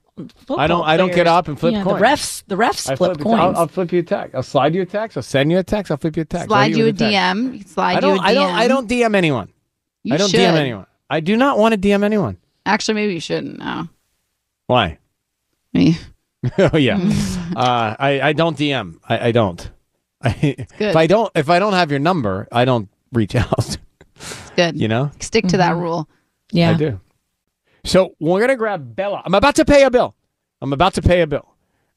Speaker 3: I don't. I don't get up and flip coins.
Speaker 5: the refs
Speaker 3: I flip a- I'll, I'll flip you a text. I'll slide you a text. I'll send you a text. I'll flip you a text. I'll
Speaker 6: Slide
Speaker 3: hit
Speaker 6: you a
Speaker 3: with text.
Speaker 6: DM. You can slide
Speaker 3: I don't.
Speaker 6: you a DM.
Speaker 3: I don't. I don't DM anyone.
Speaker 6: You
Speaker 3: I don't
Speaker 6: should.
Speaker 3: DM anyone. I do not want to DM anyone.
Speaker 6: Actually, maybe you shouldn't. Oh. No.
Speaker 3: Why?
Speaker 6: Me.
Speaker 3: oh yeah. uh, I I don't DM. I, I don't. I,
Speaker 6: good.
Speaker 3: if I don't if I don't have your number, I don't reach out.
Speaker 6: good.
Speaker 3: You know.
Speaker 6: Stick to
Speaker 5: Mm-hmm.
Speaker 6: that rule.
Speaker 3: I do. So we're gonna grab Bella. I'm about to pay a bill. I'm about to pay a bill,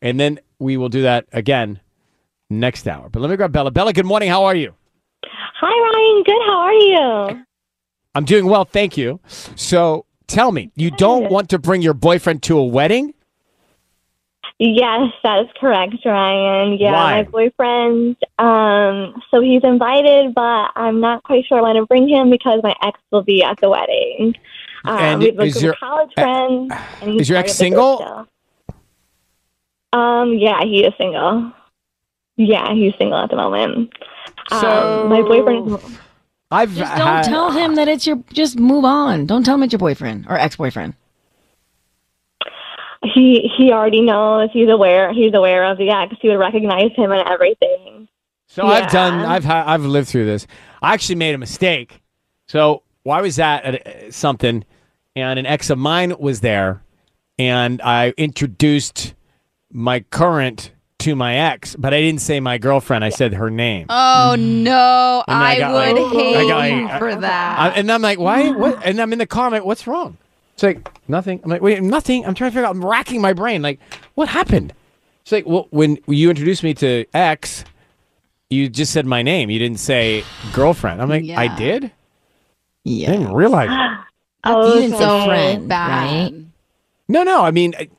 Speaker 3: and then we will do that again next hour. But let me grab Bella. Bella, good morning. How are you?
Speaker 9: Hi, Ryan. Good. How are you?
Speaker 3: I'm doing well, thank you. So tell me, you don't want to bring your boyfriend to a wedding?
Speaker 9: Yes, that is correct, Ryan. Yeah,
Speaker 3: Why?
Speaker 9: my boyfriend. Um, so he's invited, but I'm not quite sure when to bring him because my ex will be at the wedding. Um,
Speaker 3: And
Speaker 9: we have a
Speaker 3: is
Speaker 9: group
Speaker 3: your- e-,
Speaker 9: of college
Speaker 5: Uh,
Speaker 9: friends. and he's
Speaker 3: is your
Speaker 9: part
Speaker 3: ex
Speaker 9: of the group
Speaker 3: single?
Speaker 9: still. Um, yeah, he is single. Yeah, he's single at the moment. um, my boyfriend. is-
Speaker 3: I've
Speaker 5: just don't tell him that it's your. Just move on. Don't tell him it's your boyfriend or ex-boyfriend.
Speaker 9: He he already knows. He's aware. He's aware of the ex. He would recognize him and everything.
Speaker 3: So I've done, I've ha- I've lived through this. I actually made a mistake. So why was that at uh, something? And an ex of mine was there, and I introduced my current to my ex, but I didn't say my girlfriend. I said her name.
Speaker 6: Oh
Speaker 5: Mm-hmm.
Speaker 6: no!
Speaker 3: And I
Speaker 6: I,
Speaker 3: got,
Speaker 6: would
Speaker 3: like-
Speaker 6: hate
Speaker 3: I got, like,
Speaker 6: you
Speaker 3: I-
Speaker 6: for that.
Speaker 3: I, and I'm like, why? What? And I'm in the car. I'm like, what's wrong? It's like nothing. I'm like, wait, nothing. I'm trying to figure out. I'm racking my brain. Like, what happened? It's like, well, when you introduced me to X, you just said my name. You didn't say girlfriend. I'm like, I
Speaker 9: Yeah.
Speaker 3: did. Yeah. I didn't realize. it.
Speaker 9: Oh,
Speaker 5: You didn't say
Speaker 9: so
Speaker 5: friend,
Speaker 9: bad.
Speaker 3: No, no. I mean, I-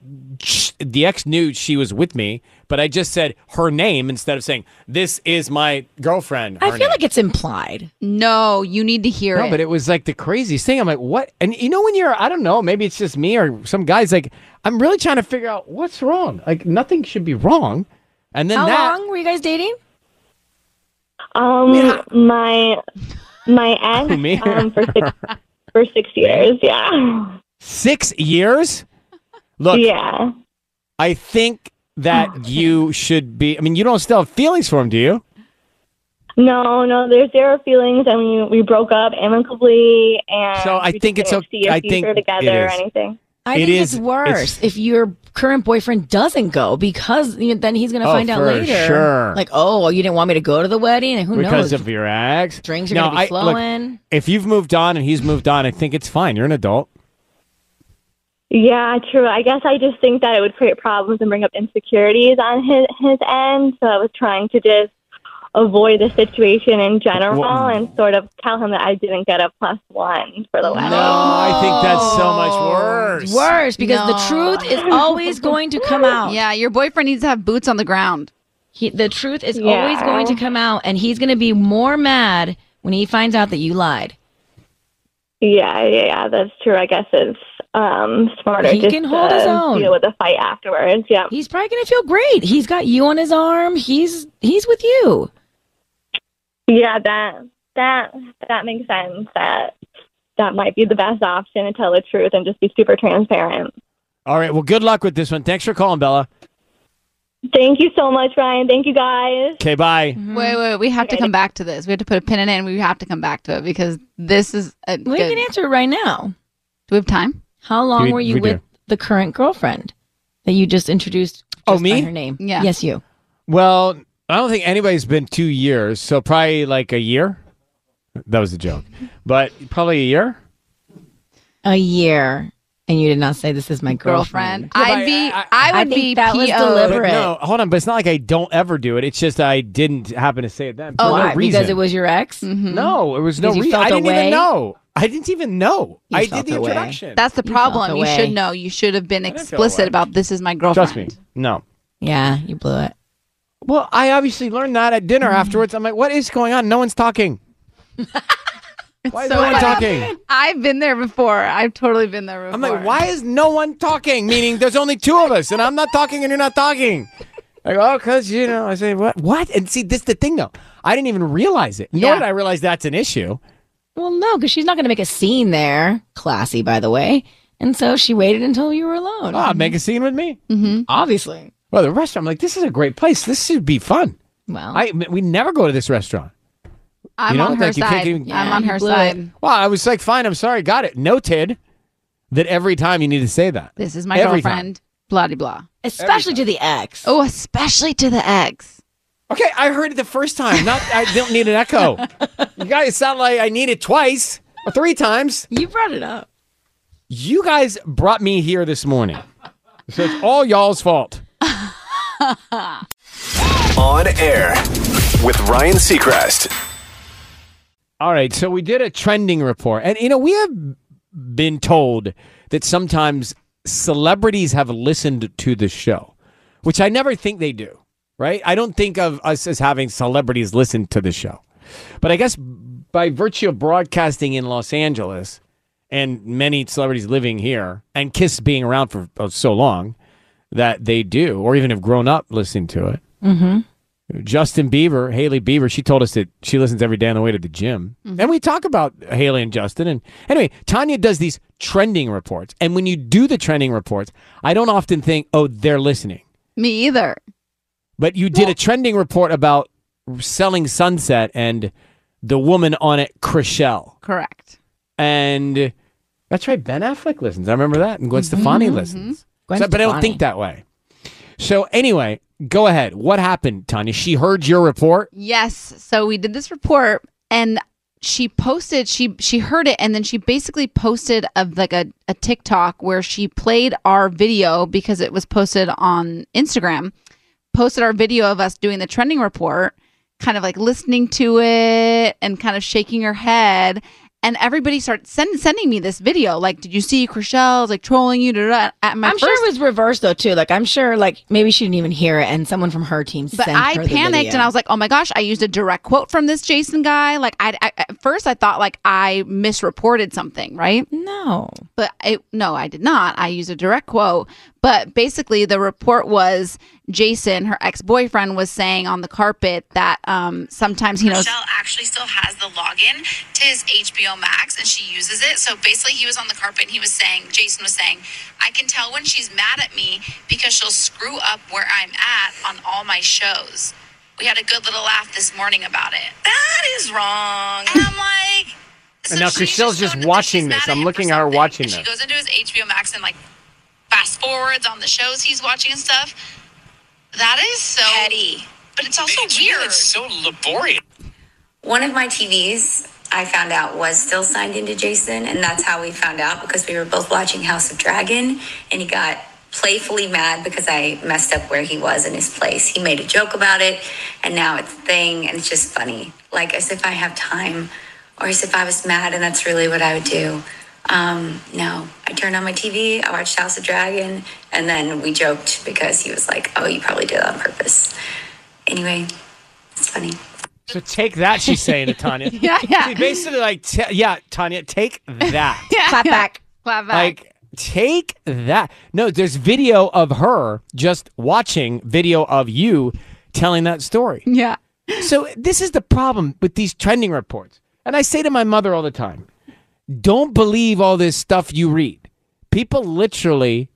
Speaker 3: sh- the ex knew she was with me, but I just said her name instead of saying this is my girlfriend. her name.
Speaker 6: it's implied. No, you need to hear
Speaker 3: No,
Speaker 6: it.
Speaker 3: but it was like the craziest thing. I'm like, what? And you know, when you're, I don't know, maybe it's just me or some guys, like, I'm really trying to figure out what's wrong. Like, nothing should be wrong. And then
Speaker 5: How
Speaker 3: that,
Speaker 5: long were you guys dating?
Speaker 9: Um, my my
Speaker 3: Who,
Speaker 9: ex
Speaker 3: me?
Speaker 9: um, for six for six years. Yeah.
Speaker 3: six years? Look,
Speaker 9: Yeah.
Speaker 3: I think that
Speaker 5: Oh,
Speaker 3: you should be, I mean, you don't still have feelings for him, do you?
Speaker 9: No, no. There's zero feelings, and we we broke up amicably. And
Speaker 3: So I
Speaker 9: we
Speaker 3: think
Speaker 9: just
Speaker 3: it's
Speaker 9: didn't
Speaker 3: okay-
Speaker 9: See a
Speaker 3: I think
Speaker 9: future
Speaker 3: it
Speaker 9: together or
Speaker 3: is.
Speaker 9: anything.
Speaker 5: I
Speaker 3: It
Speaker 5: think
Speaker 3: is-
Speaker 5: it's
Speaker 3: it's-
Speaker 5: worse if you're current boyfriend doesn't go because you know, then he's going to
Speaker 3: Oh,
Speaker 5: find out
Speaker 3: for
Speaker 5: later.
Speaker 3: sure.
Speaker 5: Like, oh, well, you didn't want me to go to the wedding. And who
Speaker 3: because
Speaker 5: knows?
Speaker 3: of your ex.
Speaker 5: Drinks are
Speaker 3: No,
Speaker 5: going to be
Speaker 3: I- look,
Speaker 5: flowing.
Speaker 3: if you've moved on and he's moved on, I think it's fine. You're an adult.
Speaker 9: Yeah, true. I guess I just think that it would create problems and bring up insecurities on his his end. So I was trying to just avoid the situation in general
Speaker 3: Well-
Speaker 5: mm.
Speaker 9: and sort of tell him that I didn't get a plus one for the wedding.
Speaker 3: I think that's so much worse.
Speaker 5: Oh. Worse because the truth is always going to come out.
Speaker 6: Yeah, your boyfriend needs to have boots on the ground.
Speaker 5: He, the truth is always going to come out, and he's going to be more mad when he finds out that you lied.
Speaker 9: Yeah, yeah, yeah, that's true. I guess it's um, smarter
Speaker 5: He
Speaker 9: just
Speaker 5: can hold
Speaker 9: to
Speaker 5: his own.
Speaker 9: deal with the fight afterwards. Yeah,
Speaker 5: He's probably going to feel great. He's got you on his arm. He's he's with you.
Speaker 9: yeah, that that that makes sense. That that might be the best option to tell the truth and just be super transparent.
Speaker 3: All right. Well, good luck with this one. Thanks for calling, Bella.
Speaker 9: Thank you so much, Ryan. Thank you guys.
Speaker 3: Okay, bye.
Speaker 5: Mm-hmm.
Speaker 6: Wait, wait, we have to come back to this. We have to put a pin in it, and we have to come back to it because this is. A
Speaker 5: We can answer it right now.
Speaker 6: Do we have time?
Speaker 5: How long
Speaker 6: We-
Speaker 5: were you
Speaker 6: we
Speaker 5: with
Speaker 6: do.
Speaker 5: the current girlfriend that you just introduced?
Speaker 3: Oh,
Speaker 5: just by
Speaker 3: me?
Speaker 5: her name.
Speaker 6: Yeah.
Speaker 5: Yes, you.
Speaker 3: Well, I don't think anybody's been two years, so probably like a year. That was a joke, but probably a year.
Speaker 5: A year, and you did not say this is my girlfriend.
Speaker 6: Girlfriend. I'd be. I, would
Speaker 5: Mm. I think
Speaker 6: be.
Speaker 5: that was
Speaker 6: PO'd.
Speaker 3: But no, hold on. But it's not like I don't ever do it. It's just I didn't happen to say it then. for
Speaker 5: Oh,
Speaker 3: no
Speaker 5: why?
Speaker 3: reason.
Speaker 5: because it was your ex.
Speaker 3: No, it was no
Speaker 5: Because you
Speaker 3: reason.
Speaker 5: felt
Speaker 3: I didn't
Speaker 5: away?
Speaker 3: even know. I didn't even know.
Speaker 5: You
Speaker 3: I
Speaker 5: felt
Speaker 3: did the
Speaker 5: away.
Speaker 3: introduction.
Speaker 6: That's the
Speaker 5: You felt
Speaker 6: problem. You
Speaker 5: away.
Speaker 6: should know. You should have been
Speaker 3: feel
Speaker 6: explicit
Speaker 3: away.
Speaker 6: about this is my girlfriend.
Speaker 3: Trust me. No.
Speaker 5: Yeah, you blew it. Mm-hmm.
Speaker 3: Well, I obviously learned that at dinner afterwards. I'm like, what is going on? No one's talking. Why is no one talking?
Speaker 6: I've been there before. I've totally been there before.
Speaker 3: I'm like, why is no one talking? Meaning there's only two of us and I'm not talking and you're not talking. Like, oh, because, you know, I say, what? What? And see, this is the thing, though. I didn't even realize it. Nor
Speaker 5: Yeah.
Speaker 3: did I realize that's an issue.
Speaker 5: Well, no, because she's not going to make a scene there. Classy, by the way. And so she waited until you were alone.
Speaker 3: Ah, make a scene with me?
Speaker 5: Mm-hmm. Obviously.
Speaker 3: Well, the restaurant, I'm like, this is a great place. This should be fun.
Speaker 5: Well,
Speaker 3: I, we never go to this restaurant.
Speaker 6: I'm
Speaker 3: You know,
Speaker 6: on her
Speaker 3: like, you can't
Speaker 6: side.
Speaker 3: even-
Speaker 6: I'm on
Speaker 5: Yeah,
Speaker 6: her
Speaker 5: you blew
Speaker 6: side.
Speaker 5: it.
Speaker 3: Well, I was like, fine, I'm sorry, got it. Noted that every time you need to say that.
Speaker 6: This is my
Speaker 3: Every time.
Speaker 6: girlfriend. Blah de blah.
Speaker 5: Especially to the ex.
Speaker 6: Oh, especially to the ex.
Speaker 3: Okay, I heard it the first time. Not I don't need an echo. You guys sound like I need it twice or three times.
Speaker 5: You brought it up.
Speaker 3: You guys brought me here this morning. So it's all y'all's fault. Ah.
Speaker 4: On air with Ryan Seacrest.
Speaker 3: All right, so we did a trending report. And you know, we have been told that sometimes celebrities have listened to the show, which I never think they do, right? I don't think of us as having celebrities listen to the show. But I guess by virtue of broadcasting in Los Angeles and many celebrities living here and Kiss being around for uh, so long that they do or even have grown up listening to it.
Speaker 5: Mm-hmm.
Speaker 3: Justin Bieber, Haley Bieber, she told us that she listens every day on the way to the gym.
Speaker 5: Mm-hmm.
Speaker 3: And we talk about Haley and Justin. And anyway, Tanya does these trending reports. And when you do the trending reports, I don't often think, oh, they're listening.
Speaker 6: Me either.
Speaker 3: But you did a trending report about selling Sunset and the woman on it, Chriselle.
Speaker 6: Correct.
Speaker 3: And that's right, Ben Affleck listens. I remember that. And Gwen Stefani listens.
Speaker 5: Mm-hmm, Gwen
Speaker 3: So- but I don't
Speaker 5: Stefani.
Speaker 3: think that way. So anyway, go ahead. What happened, Tanya? She heard your report.
Speaker 6: Yes. So we did this report and she posted she she heard it and then she basically posted of like a, a TikTok where she played our video because it was posted on Instagram, posted our video of us doing the trending report, kind of like listening to it and kind of shaking her head. And everybody started send, sending me this video. Like, did you see Chriselle's like trolling you? Da, da, da. At my
Speaker 5: I'm
Speaker 6: first,
Speaker 5: sure it was reversed though too. Like I'm sure like maybe she didn't even hear it, and someone from her team.
Speaker 6: But
Speaker 5: sent
Speaker 6: I
Speaker 5: her the
Speaker 6: panicked
Speaker 5: video.
Speaker 6: and I was like, "Oh my gosh!" I used a direct quote from this Jason guy. Like, I, I at first I thought like I misreported something, right?
Speaker 5: No,
Speaker 6: but I no, I did not. I used a direct quote. But basically, the report was Jason, her ex boyfriend, was saying on the carpet that um, sometimes he knows.
Speaker 11: Michelle actually still has the login to his HBO Max and she uses it. So basically, he was on the carpet and he was saying, Jason was saying, I can tell when she's mad at me because she'll screw up where I'm at on all my shows. We had a good little laugh this morning about it. That is wrong. And I'm like,
Speaker 3: and now Chriselle's just watching this. I'm looking at her watching
Speaker 11: she
Speaker 3: this.
Speaker 11: goes into his HBO Max and like, bam, fast forwards on the shows he's watching and stuff. That is so petty, but it's also weird. It's so laborious.
Speaker 15: One of my TVs I found out was still signed into Jason, and that's how we found out because we were both watching House of Dragon, and he got playfully mad because I messed up where he was in his place. He made a joke about it, and now it's a thing, and it's just funny. Like as if I have time, or as if I was mad, and that's really what I would do. Um, no, I turned on my TV, I watched House of Dragon, and then we joked because he was like, "Oh, you probably did that on purpose." Anyway, it's funny.
Speaker 3: So take that, she's saying to Tanya.
Speaker 6: Yeah, yeah.
Speaker 3: She basically like, t- yeah, Tanya, take that.
Speaker 6: Yeah. Clap back. Clap back.
Speaker 3: Like, take that. No, there's video of her just watching video of you telling that story.
Speaker 6: Yeah.
Speaker 3: So this is the problem with these trending reports. And I say to my mother all the time, don't believe all this stuff you read. People literally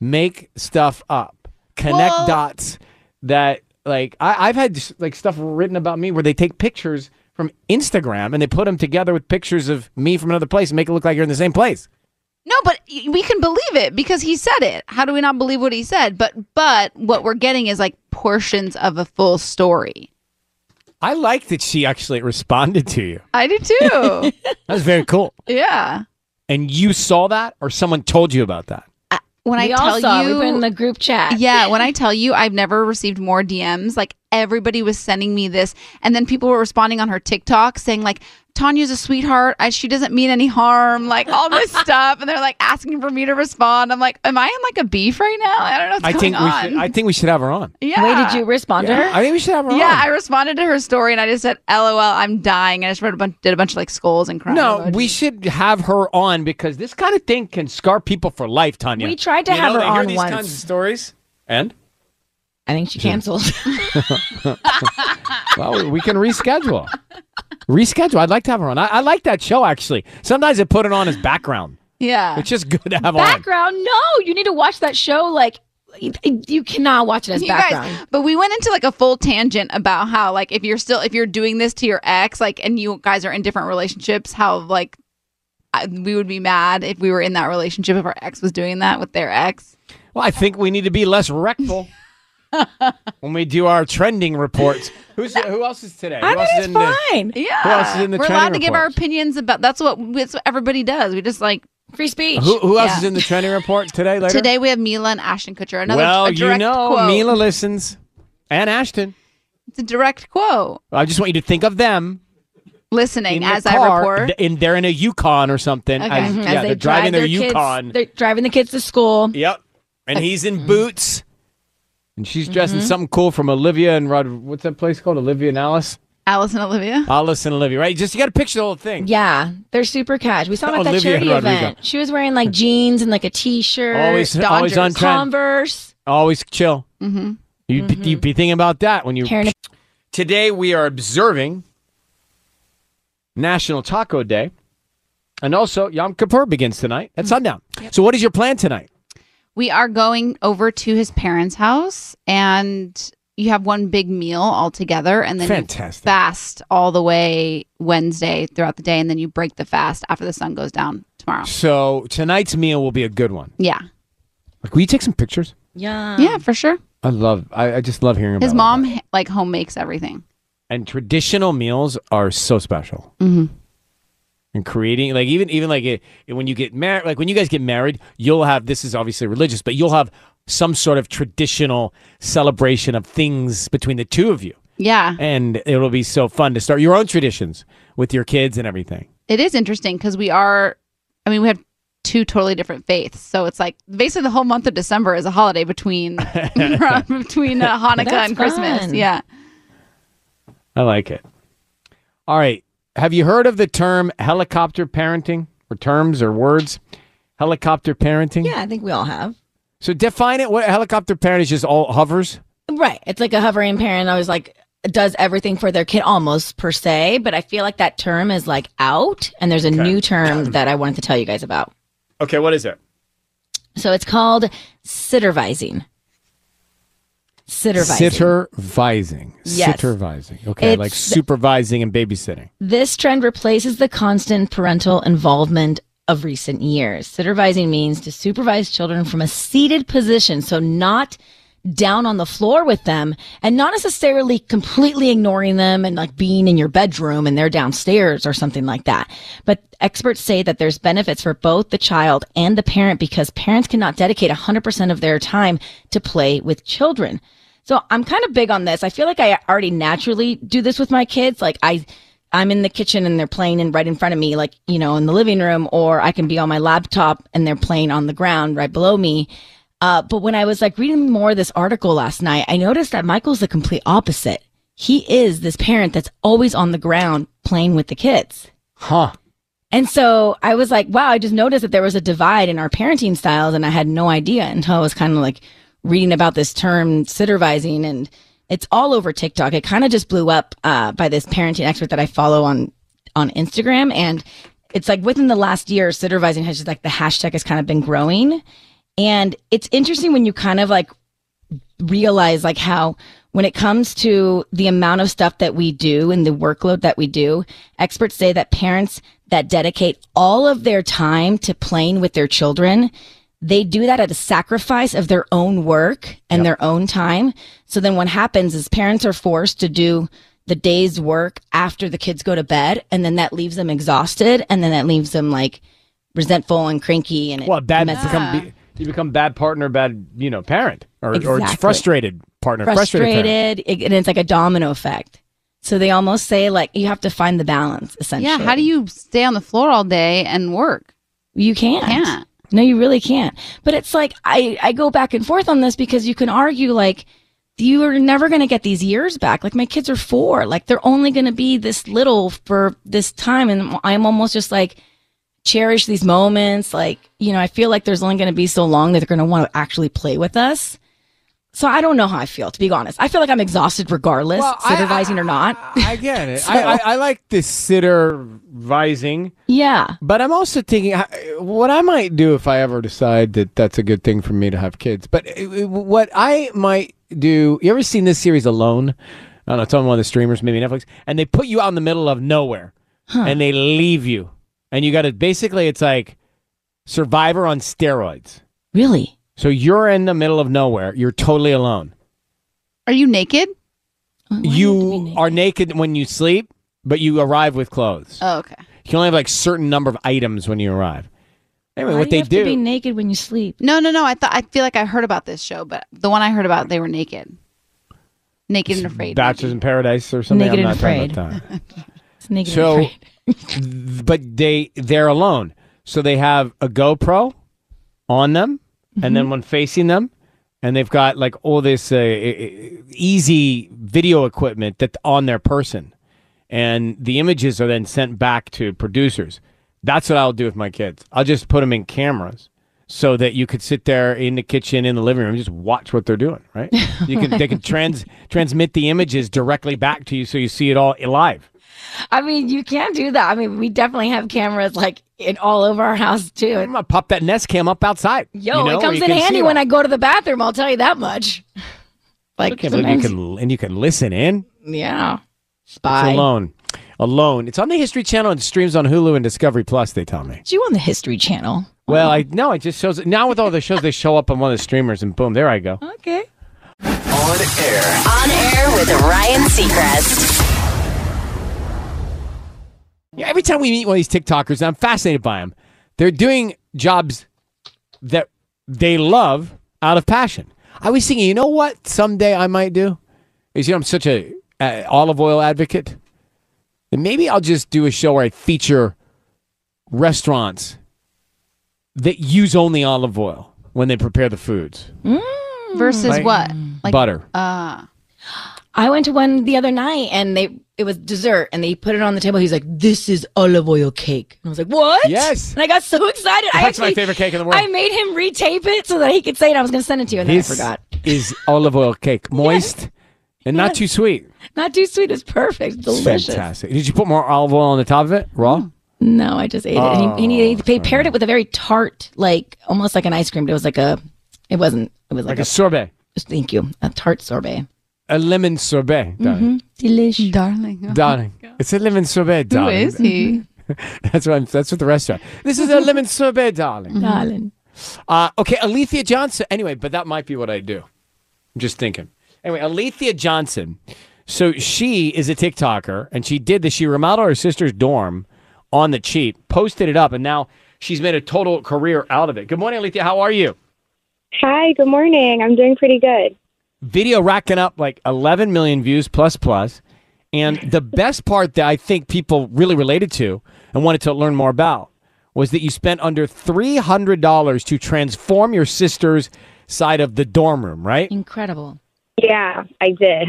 Speaker 3: make stuff up, connect
Speaker 16: Well-
Speaker 3: dots that like I, I've had like stuff written about me where they take pictures from Instagram and they put them together with pictures of me from another place and make it look like you're in the same place.
Speaker 6: No, but y- we can believe it because he said it. How do we not believe what he said? But but what we're getting is like portions of a full story.
Speaker 3: I like that she actually responded to you.
Speaker 6: I do too.
Speaker 3: That was very cool.
Speaker 6: yeah.
Speaker 3: And you saw that, or someone told you about that?
Speaker 6: When
Speaker 5: We
Speaker 6: I
Speaker 5: all
Speaker 6: tell
Speaker 5: saw it.
Speaker 6: you
Speaker 5: We put it in the group chat.
Speaker 6: Yeah, when I tell you I've never received more DMs, like everybody was sending me this and then people were responding on her TikTok saying like Tanya's a sweetheart. I, she doesn't mean any harm. Like all this stuff, and they're like asking for me to respond. I'm like, am I in like a beef right now? I don't know what's
Speaker 3: I
Speaker 6: going
Speaker 3: think
Speaker 6: on.
Speaker 3: we should. I think we should have her on.
Speaker 6: Yeah.
Speaker 5: Wait, did you respond to
Speaker 3: Yeah,
Speaker 5: her?
Speaker 3: I think we should have her
Speaker 6: Yeah,
Speaker 3: on.
Speaker 6: I responded to her story and I just said, "LOL, I'm dying," and I just wrote a bunch, did a bunch of like skulls and crying.
Speaker 3: No, we should have her on because this kind of thing can scar people for life, Tanya.
Speaker 5: We tried to
Speaker 3: You
Speaker 5: have
Speaker 3: know,
Speaker 5: her
Speaker 3: they hear
Speaker 5: on
Speaker 3: these
Speaker 5: once.
Speaker 3: kinds of stories. And
Speaker 5: I think she canceled.
Speaker 3: well, we can reschedule. Reschedule. I'd like to have her on. I, I like that show actually. Sometimes I put it on as background.
Speaker 6: Yeah.
Speaker 3: It's just good to have on.
Speaker 5: background? No, you need to watch that show. Like, y- you cannot watch it as
Speaker 6: You
Speaker 5: background.
Speaker 6: guys, but we went into like a full tangent about how like if you're still if you're doing this to your ex, like, and you guys are in different relationships, how like I, we would be mad if we were in that relationship if our ex was doing that with their ex.
Speaker 3: Well, I think we need to be less rectal when we do our trending reports. Who's who else is today? who else is in the-
Speaker 6: yeah.
Speaker 3: Who else is in the
Speaker 6: We're
Speaker 3: trending
Speaker 6: allowed to give our
Speaker 3: reports?
Speaker 6: opinions about. That's what that's what everybody does. We just like
Speaker 5: free speech.
Speaker 3: Who, who else
Speaker 6: Yeah.
Speaker 3: is in the trending report today? Later
Speaker 6: Today we have Mila and Ashton Kutcher. Another
Speaker 3: well,
Speaker 6: a direct
Speaker 3: you know,
Speaker 6: quote.
Speaker 3: Mila listens, and Ashton.
Speaker 6: It's a direct quote.
Speaker 3: I just want you to think of them
Speaker 6: Listening
Speaker 3: in the
Speaker 6: as I
Speaker 3: car,
Speaker 6: report.
Speaker 3: th- and they're in a Yukon or something.
Speaker 6: Okay.
Speaker 3: as-
Speaker 6: Mhm.
Speaker 3: yeah,
Speaker 6: As
Speaker 3: they're driving their, Yukon.
Speaker 5: Kids, they're driving the kids to school.
Speaker 3: Yep. And he's
Speaker 6: Mm-hmm.
Speaker 3: in boots, and she's dressed in something cool from Olivia and Rod. What's that place called? Olivia and Alice.
Speaker 6: Alice and Olivia.
Speaker 3: Alice and Olivia, right? Just you got to picture the whole thing.
Speaker 5: Yeah, they're super cash. We saw them at that
Speaker 3: Olivia
Speaker 5: charity
Speaker 3: Rodrigo.
Speaker 5: event. She was wearing like jeans and like a t-shirt.
Speaker 3: Always- always on trend.
Speaker 5: Converse.
Speaker 3: Always chill.
Speaker 5: Mm-hmm.
Speaker 3: You'd, be, you'd be thinking about that when you.
Speaker 5: Karen-
Speaker 3: Today we are observing National Taco Day, and also Yom Kippur begins tonight at sundown. So, what is your plan tonight?
Speaker 6: we are going over to his parents' house and you have one big meal all together and then you
Speaker 3: Fantastic.
Speaker 6: fast all the way Wednesday throughout the day and then you break the fast after the sun goes down tomorrow.
Speaker 3: So tonight's meal will be a good one.
Speaker 6: Yeah.
Speaker 3: Like, will you take some pictures?
Speaker 5: Yeah.
Speaker 6: Yeah, for sure.
Speaker 3: I love. I, I just love hearing about
Speaker 6: His
Speaker 3: it.
Speaker 6: mom h- like home makes everything.
Speaker 3: And traditional meals are so special.
Speaker 6: Mm-hmm.
Speaker 3: And creating, like, even even like it, when you get married, like when you guys get married, you'll have this is obviously religious, but you'll have some sort of traditional celebration of things between the two of you.
Speaker 6: Yeah.
Speaker 3: And it'll be so fun to start your own traditions with your kids and everything.
Speaker 6: It is interesting because we are I mean we have two totally different faiths. So it's like basically the whole month of December is a holiday between between uh, Hanukkah
Speaker 5: That's
Speaker 6: and Christmas.
Speaker 5: fun.
Speaker 6: Yeah.
Speaker 3: I like it. All right. Have you heard of the term helicopter parenting or terms or words? Helicopter parenting?
Speaker 5: Yeah, I think we all have.
Speaker 3: So define it. What helicopter parent is just all hovers?
Speaker 5: Right. It's like a hovering parent always like does everything for their kid almost per se, but I feel like that term is like out and there's a new term that I wanted to tell you guys about.
Speaker 3: Okay, what is it?
Speaker 5: So it's called sittervising. Sittervising.
Speaker 3: Sittervising.
Speaker 5: Yes.
Speaker 3: Sittervising. Okay,
Speaker 5: It's
Speaker 3: like
Speaker 5: the-
Speaker 3: supervising and babysitting.
Speaker 5: This trend replaces the constant parental involvement of recent years. Supervising means to supervise children from a seated position, so not down on the floor with them and not necessarily completely ignoring them and like being in your bedroom and they're downstairs or something like that. But experts say that there's benefits for both the child and the parent because parents cannot dedicate 100% of their time to play with children. So I'm kind of big on this. I feel like I already naturally do this with my kids. Like I, I'm in the kitchen and they're playing in right in front of me, like, you know, in the living room, or I can be on my laptop and they're playing on the ground right below me. Uh, but when I was like reading more of this article last night, I noticed that Michael's the complete opposite. He is this parent that's always on the ground playing with the kids.
Speaker 3: Huh.
Speaker 5: And so I was like, wow, I just noticed that there was a divide in our parenting styles and I had no idea until I was kind of like reading about this term sittervising and it's all over TikTok. It kind of just blew up uh, by this parenting expert that I follow on on Instagram and it's like within the last year sittervising has just like the hashtag has kind of been growing and it's interesting when you kind of like realize like how when it comes to the amount of stuff that we do and the workload that we do, experts say that parents that dedicate all of their time to playing with their children, they do that at a sacrifice of their own work and their own time. So then what happens is parents are forced to do the day's work after the kids go to bed and then that leaves them exhausted and then that leaves them like resentful and cranky and it
Speaker 3: Well, bad
Speaker 5: messes-
Speaker 3: become be- you become bad partner, bad you know parent, or or
Speaker 5: Exactly.
Speaker 3: frustrated partner, frustrated. parent.
Speaker 5: frustrated, it- and it's like a domino effect. So they almost say like you have to find the balance essentially.
Speaker 6: Yeah, how do you stay on the floor all day and work?
Speaker 5: You can't.
Speaker 6: Can't.
Speaker 5: No, you really can't. But it's like I I go back and forth on this because you can argue like you are never going to get these years back. Like my kids are 4. Like they're only going to be this little for this time and I'm almost just like cherish these moments. Like, you know, I feel like there's only going to be so long that they're going to want to actually play with us. So I don't know how I feel, to be honest. I feel like I'm exhausted regardless,
Speaker 3: Well, I-
Speaker 5: supervising or not.
Speaker 3: I get it. I, I, I like this sittervising,
Speaker 5: yeah.
Speaker 3: but I'm also thinking uh, what I might do if I ever decide that that's a good thing for me to have kids. But uh, uh, what I might do, you ever seen this series Alone? I don't know, it's on one of the streamers, maybe Netflix, and they put you out in the middle of nowhere
Speaker 16: Huh.
Speaker 3: and they leave you. And you got to basically, it's like survivor on steroids.
Speaker 5: Really?
Speaker 3: So you're in the middle of nowhere, you're totally alone
Speaker 6: Are you naked?
Speaker 3: you are naked when you sleep, but you arrive with clothes.
Speaker 6: Oh, okay.
Speaker 3: You only have like certain number of items when you arrive. Anyway, what they do,
Speaker 5: naked when you sleep?
Speaker 6: No, no, no. I thought I feel like I heard about this show, but the one I heard about, they were naked, naked and afraid.
Speaker 3: Bachelors in Paradise or something.
Speaker 6: Naked
Speaker 3: I'm not
Speaker 6: and
Speaker 3: talking
Speaker 6: Afraid.
Speaker 3: about that.
Speaker 5: It's naked and
Speaker 3: so,
Speaker 5: afraid.
Speaker 3: th- but they they're alone, so they have a GoPro on them, and then one facing them, and they've got like all this uh, e- e- easy video equipment that's on their person, and the images are then sent back to producers. That's what I'll do with my kids. I'll just put them in cameras so that you could sit there in the kitchen in the living room and just watch what they're doing right you can they can trans transmit the images directly back to you so you see it all live
Speaker 5: I mean, you can do that. I mean, we definitely have cameras like in all over our house too. I'm
Speaker 3: gonna pop that Nest cam up outside.
Speaker 5: Yo,
Speaker 3: you know,
Speaker 5: it
Speaker 3: where
Speaker 5: comes
Speaker 3: you
Speaker 5: in
Speaker 3: can see
Speaker 5: handy
Speaker 3: it
Speaker 5: when
Speaker 3: all.
Speaker 5: I go to the bathroom. I'll tell you that much. Like
Speaker 3: I can't believe you can and you can listen in.
Speaker 5: yeah,
Speaker 3: It's
Speaker 5: spy.
Speaker 3: alone, alone. It's on the History Channel and streams on Hulu and Discovery Plus. They tell me.
Speaker 5: It's you on the History Channel.
Speaker 3: Well, I no, it just shows now with all the shows they show up on one of the streamers and boom, there I go.
Speaker 5: Okay.
Speaker 17: On air. On air with Ryan Seacrest.
Speaker 3: Yeah, every time we meet one of these TikTokers, and I'm fascinated by them. They're doing jobs that they love out of passion. I was thinking, you know what? Someday I might do is you know I'm such a uh, olive oil advocate. Then maybe I'll just do a show where I feature restaurants that use only olive oil when they prepare the foods.
Speaker 6: Versus
Speaker 3: Like-
Speaker 6: what?
Speaker 3: Butter.
Speaker 6: Uh,
Speaker 5: I went to one the other night and they it was dessert and they put it on the table. He's like, "This is olive oil cake," and I was like, "What?"
Speaker 3: Yes.
Speaker 5: And I got so excited. I
Speaker 3: That's my
Speaker 5: actually-
Speaker 3: favorite cake in the world.
Speaker 5: I made him retape it so that he could say it. I was going to send it to you, and
Speaker 3: This
Speaker 5: then I forgot.
Speaker 3: is olive oil cake, moist and not too sweet.
Speaker 5: Not too sweet. It's perfect. Delicious. Mm.
Speaker 3: Fantastic. Did you put more olive oil on the top of it, raw?
Speaker 5: No, I just ate it. And he, and
Speaker 3: Oh,
Speaker 5: he- they paired it with a very tart, like almost like an ice cream. But it was like a, it wasn't. It was like,
Speaker 3: Uh, Like a sorbet.
Speaker 5: Thank you. A tart sorbet.
Speaker 3: A lemon sorbet, darling.
Speaker 5: Delish,
Speaker 6: darling.
Speaker 5: Mm-hmm.
Speaker 3: Darling, it's a lemon sorbet, darling.
Speaker 6: is he?
Speaker 3: that's what I'm, that's what the restaurant. This is a lemon sorbet, darling.
Speaker 5: Darling.
Speaker 3: Uh, okay, Alethea Johnson. Anyway, but that might be what I do. I'm just thinking. Anyway, Alethea Johnson. So she is a TikToker, and she did this. She remodeled her sister's dorm on the cheap, posted it up, and now she's made a total career out of it. Good morning, Alethea. How are you?
Speaker 16: Hi, good morning. I'm doing pretty good.
Speaker 3: video racking up like 11 million views plus plus and the best part that i think people really related to and wanted to learn more about was that you spent under $300 to transform your sister's side of the dorm room right
Speaker 5: Incredible.
Speaker 16: Yeah, I did.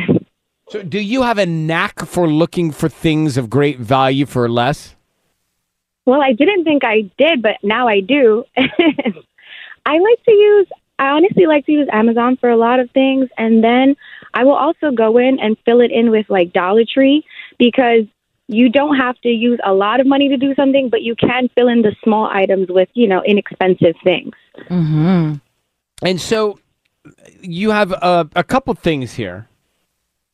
Speaker 3: so do you have a knack for looking for things of great value for less
Speaker 16: Well, I didn't think I did, but now I do. I like to use, I honestly like to use Amazon for a lot of things. And then I will also go in and fill it in with like Dollar Tree because you don't have to use a lot of money to do something, but you can fill in the small items with, you know, inexpensive things.
Speaker 5: Mm-hmm.
Speaker 3: and so you have a, a couple things here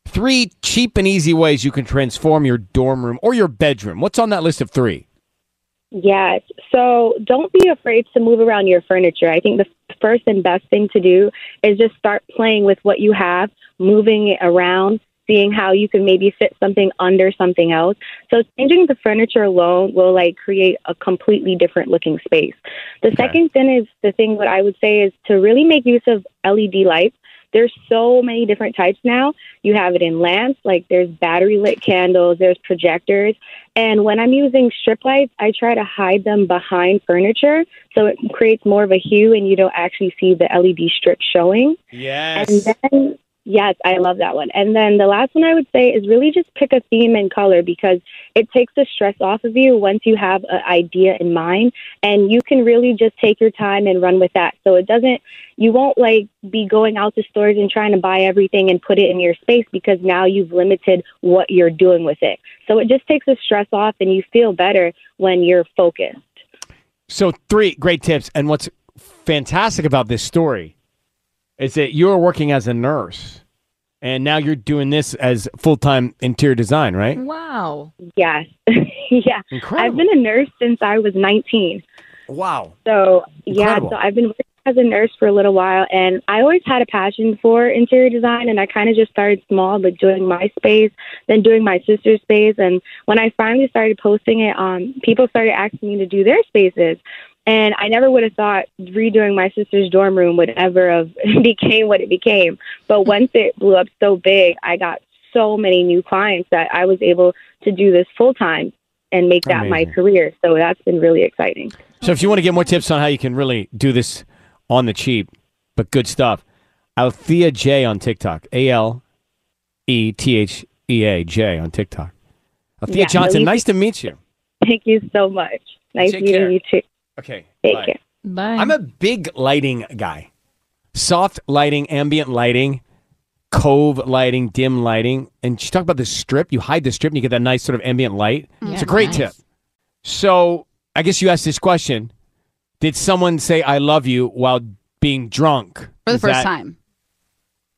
Speaker 3: three cheap and easy ways you can transform your dorm room or your bedroom what's on that list of three
Speaker 16: Yes. So don't be afraid to move around your furniture. I think the first and best thing to do is just start playing with what you have, moving it around, seeing how you can maybe fit something under something else. So changing the furniture alone will like create a completely different looking space. The second thing is the thing what I would say is to really make use of LED lights. There's so many different types now. You have it in lamps, like there's battery lit candles, there's projectors. And when I'm using strip lights, I try to hide them behind furniture so it creates more of a hue and you don't actually see the LED strip showing.
Speaker 3: Yes.
Speaker 16: And then, yes, I love that one. And then the last one I would say is really just pick a theme and color because it takes the stress off of you once you have an idea in mind and you can really just take your time and run with that. So it doesn't, you won't like be going out to stores and trying to buy everything and put it in your space because now you've limited what you're doing with it. So it just takes the stress off and you feel better when you're focused.
Speaker 3: So three great tips. And what's fantastic about this story is that you're working as a nurse, and now you're doing this as full time interior design, right?
Speaker 5: Wow.
Speaker 16: Yes. yeah. I've been a nurse since I was 19.
Speaker 3: Wow.
Speaker 16: So, yeah,
Speaker 3: Incredible.
Speaker 16: so I've been working as a nurse for a little while, and I always had a passion for interior design, and I kind of just started small, like doing my space, then doing my sister's space. And when I finally started posting it, um, people started asking me to do their spaces. And I never would have thought redoing my sister's dorm room would ever have became what it became. But once it blew up so big, I got so many new clients that I was able to do this full time and make that my
Speaker 3: Amazing.
Speaker 16: career. So that's been really exciting.
Speaker 3: So if you want to get more tips on how you can really do this on the cheap, but good stuff, Althea J on TikTok, A L E T H E A J on TikTok. Althea
Speaker 16: Yeah,
Speaker 3: Johnson,
Speaker 16: Alethea-
Speaker 3: nice to meet you.
Speaker 16: Thank you so much. Nice
Speaker 3: Take
Speaker 16: meeting
Speaker 3: care.
Speaker 16: you too.
Speaker 3: Okay.
Speaker 16: Take
Speaker 3: bye.
Speaker 16: care.
Speaker 5: Bye.
Speaker 3: I'm a big lighting guy. Soft lighting, ambient lighting, cove lighting, dim lighting. And you talk about the strip. You hide the strip and you get that nice sort of ambient light.
Speaker 6: Mm-hmm.
Speaker 18: Mm.
Speaker 3: it's
Speaker 18: Yeah,
Speaker 3: a great
Speaker 18: nice.
Speaker 3: tip. So I guess you asked this question Did someone say I love you while being drunk?
Speaker 6: for the
Speaker 3: Is
Speaker 6: first
Speaker 3: that-
Speaker 6: time.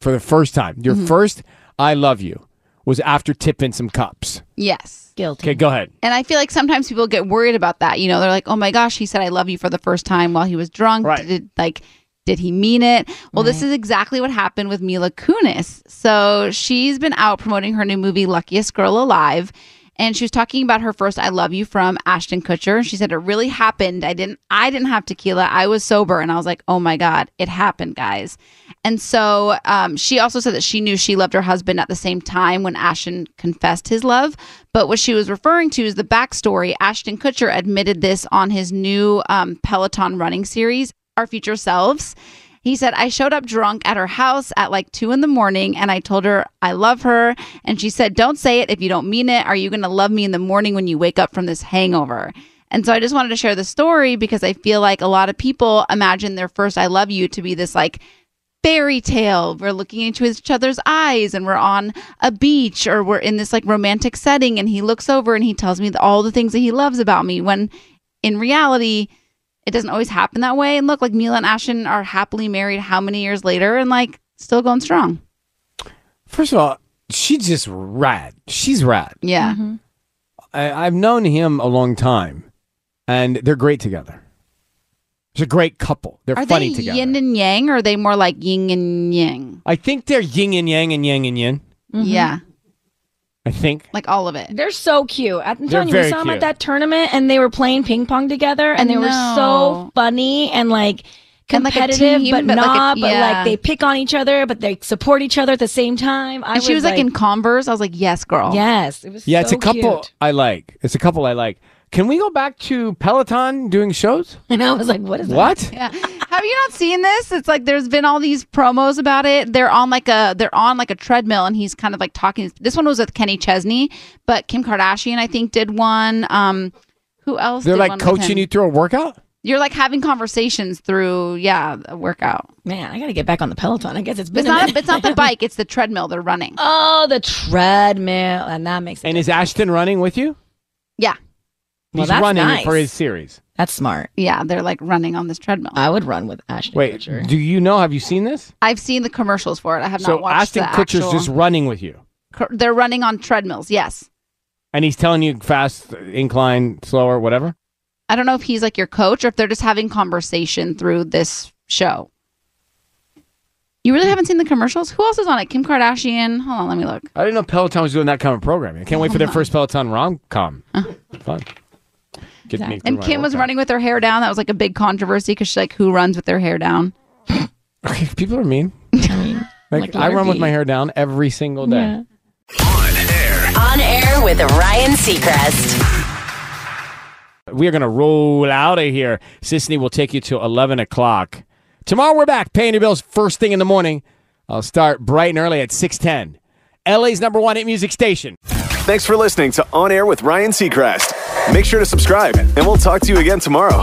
Speaker 3: For the first time. Your
Speaker 6: Mhm.
Speaker 3: first I love you was after tipping some cups.
Speaker 6: Yes.
Speaker 5: Guilty.
Speaker 3: Okay, go ahead.
Speaker 6: And I feel like sometimes people get worried about that. You know, they're like, "Oh my gosh, he said I love you for the first time while he was drunk." Did, like, did he mean it? Well, this is exactly what happened with Mila Kunis. So she's been out promoting her new movie, Luckiest Girl Alive, and she was talking about her first "I love you" from Ashton Kutcher. She said it really happened. I didn't. I didn't have tequila. I was sober, and I was like, "Oh my god, it happened, guys." And so um, she also said that she knew she loved her husband at the same time when Ashton confessed his love. But what she was referring to is the backstory. Ashton Kutcher admitted this on his new um, Peloton running series, Our Future Selves. He said, I showed up drunk at her house at like two in the morning and I told her I love her. And she said, Don't say it if you don't mean it. Are you going to love me in the morning when you wake up from this hangover? And so I just wanted to share the story because I feel like a lot of people imagine their first I love you to be this like fairy tale. We're looking into each other's eyes and we're on a beach or we're in this like romantic setting and he looks over and he tells me all the things that he loves about me when in reality it doesn't always happen that way. And look, like Mila and Ashton are happily married how many years later and like still going strong.
Speaker 5: Mm-hmm.
Speaker 3: First of all, she's just rad. She's rad.
Speaker 6: Yeah.
Speaker 3: I, I've known him a long time, and they're great together. It's a great couple. They're
Speaker 6: are
Speaker 3: funny
Speaker 6: they
Speaker 3: together.
Speaker 6: yin and yang, or are they more like yin and yang?
Speaker 3: I think they're yin and yang and yang and yin.
Speaker 5: Mm-hmm.
Speaker 6: Yeah,
Speaker 3: I think.
Speaker 6: like all of it.
Speaker 5: They're so cute. I'm
Speaker 3: They're
Speaker 5: telling you,
Speaker 3: very
Speaker 5: we saw them
Speaker 3: cute.
Speaker 5: at that tournament, and they were playing ping pong together, and
Speaker 6: I
Speaker 5: they were
Speaker 6: know.
Speaker 5: so funny and like
Speaker 6: And like a
Speaker 5: competitive,
Speaker 6: team,
Speaker 5: but,
Speaker 6: but like a-
Speaker 5: not. but
Speaker 6: yeah.
Speaker 5: like they pick on each other, but they support each other at the same time. I
Speaker 6: and she was like, in Converse. I was like, yes, girl.
Speaker 5: Yes, it was.
Speaker 3: Yeah, it's
Speaker 5: so
Speaker 3: a couple
Speaker 5: cute.
Speaker 3: I like. It's a couple I like. Can we go back to Peloton doing shows?
Speaker 5: And I was like, what is that?
Speaker 3: What?
Speaker 6: Yeah. Have you not seen this? It's like there's been all these promos about it. They're on like a they're on like a treadmill and he's kind of like talking. This one was with Kenny Chesney, but Kim Kardashian I think did one. Um who else?
Speaker 3: They're
Speaker 6: did
Speaker 3: like
Speaker 6: one with
Speaker 3: coaching
Speaker 6: him?
Speaker 3: you through a workout?
Speaker 6: You're like having conversations through yeah, a workout.
Speaker 5: Man, I got to get back on the Peloton. I guess it's
Speaker 6: It's
Speaker 5: been a
Speaker 6: not
Speaker 5: minute.
Speaker 6: it's not the bike, it's the treadmill they're running.
Speaker 5: Oh, the treadmill, and that makes
Speaker 3: And is Ashton running with you?
Speaker 6: Yeah.
Speaker 5: Well,
Speaker 3: He's
Speaker 5: that's
Speaker 3: running
Speaker 5: nice.
Speaker 3: for his series.
Speaker 5: That's smart.
Speaker 6: Yeah, they're like running on this treadmill.
Speaker 5: I would run with Ashton.
Speaker 3: Wait, do you know? Have you seen this?
Speaker 6: I've seen the commercials for it. I have
Speaker 3: so
Speaker 6: not watched
Speaker 3: Ashton
Speaker 6: the
Speaker 3: Kutcher's
Speaker 6: actual.
Speaker 3: just running with you,
Speaker 6: Cor- they're running on treadmills. Yes.
Speaker 3: and he's telling you fast, incline, slower, whatever.
Speaker 6: I don't know if he's like your coach or if they're just having conversation through this show. You really haven't seen the commercials? Who else is on it? Kim Kardashian. Hold on, let me look. Uh-huh.
Speaker 3: I didn't know Peloton was doing that kind of programming. I can't wait for their first Peloton rom com. Fun. Get me through
Speaker 6: And
Speaker 3: my
Speaker 6: Kim was
Speaker 3: workout.
Speaker 6: running with her hair down. That was like a big controversy because she's like, who runs with their hair down?
Speaker 3: People are mean. like,
Speaker 6: like
Speaker 3: I run with
Speaker 6: Larry.
Speaker 3: my hair down every single day.
Speaker 17: On air with Ryan Seacrest.
Speaker 3: We are going to roll out of here. Sisney will take you to 11 o'clock. Tomorrow we're back paying your bills first thing in the morning. I'll start bright and early at 610. LA's number one hit music station.
Speaker 4: Thanks for listening to On Air with Ryan Seacrest. Make sure to subscribe, and we'll talk to you again tomorrow.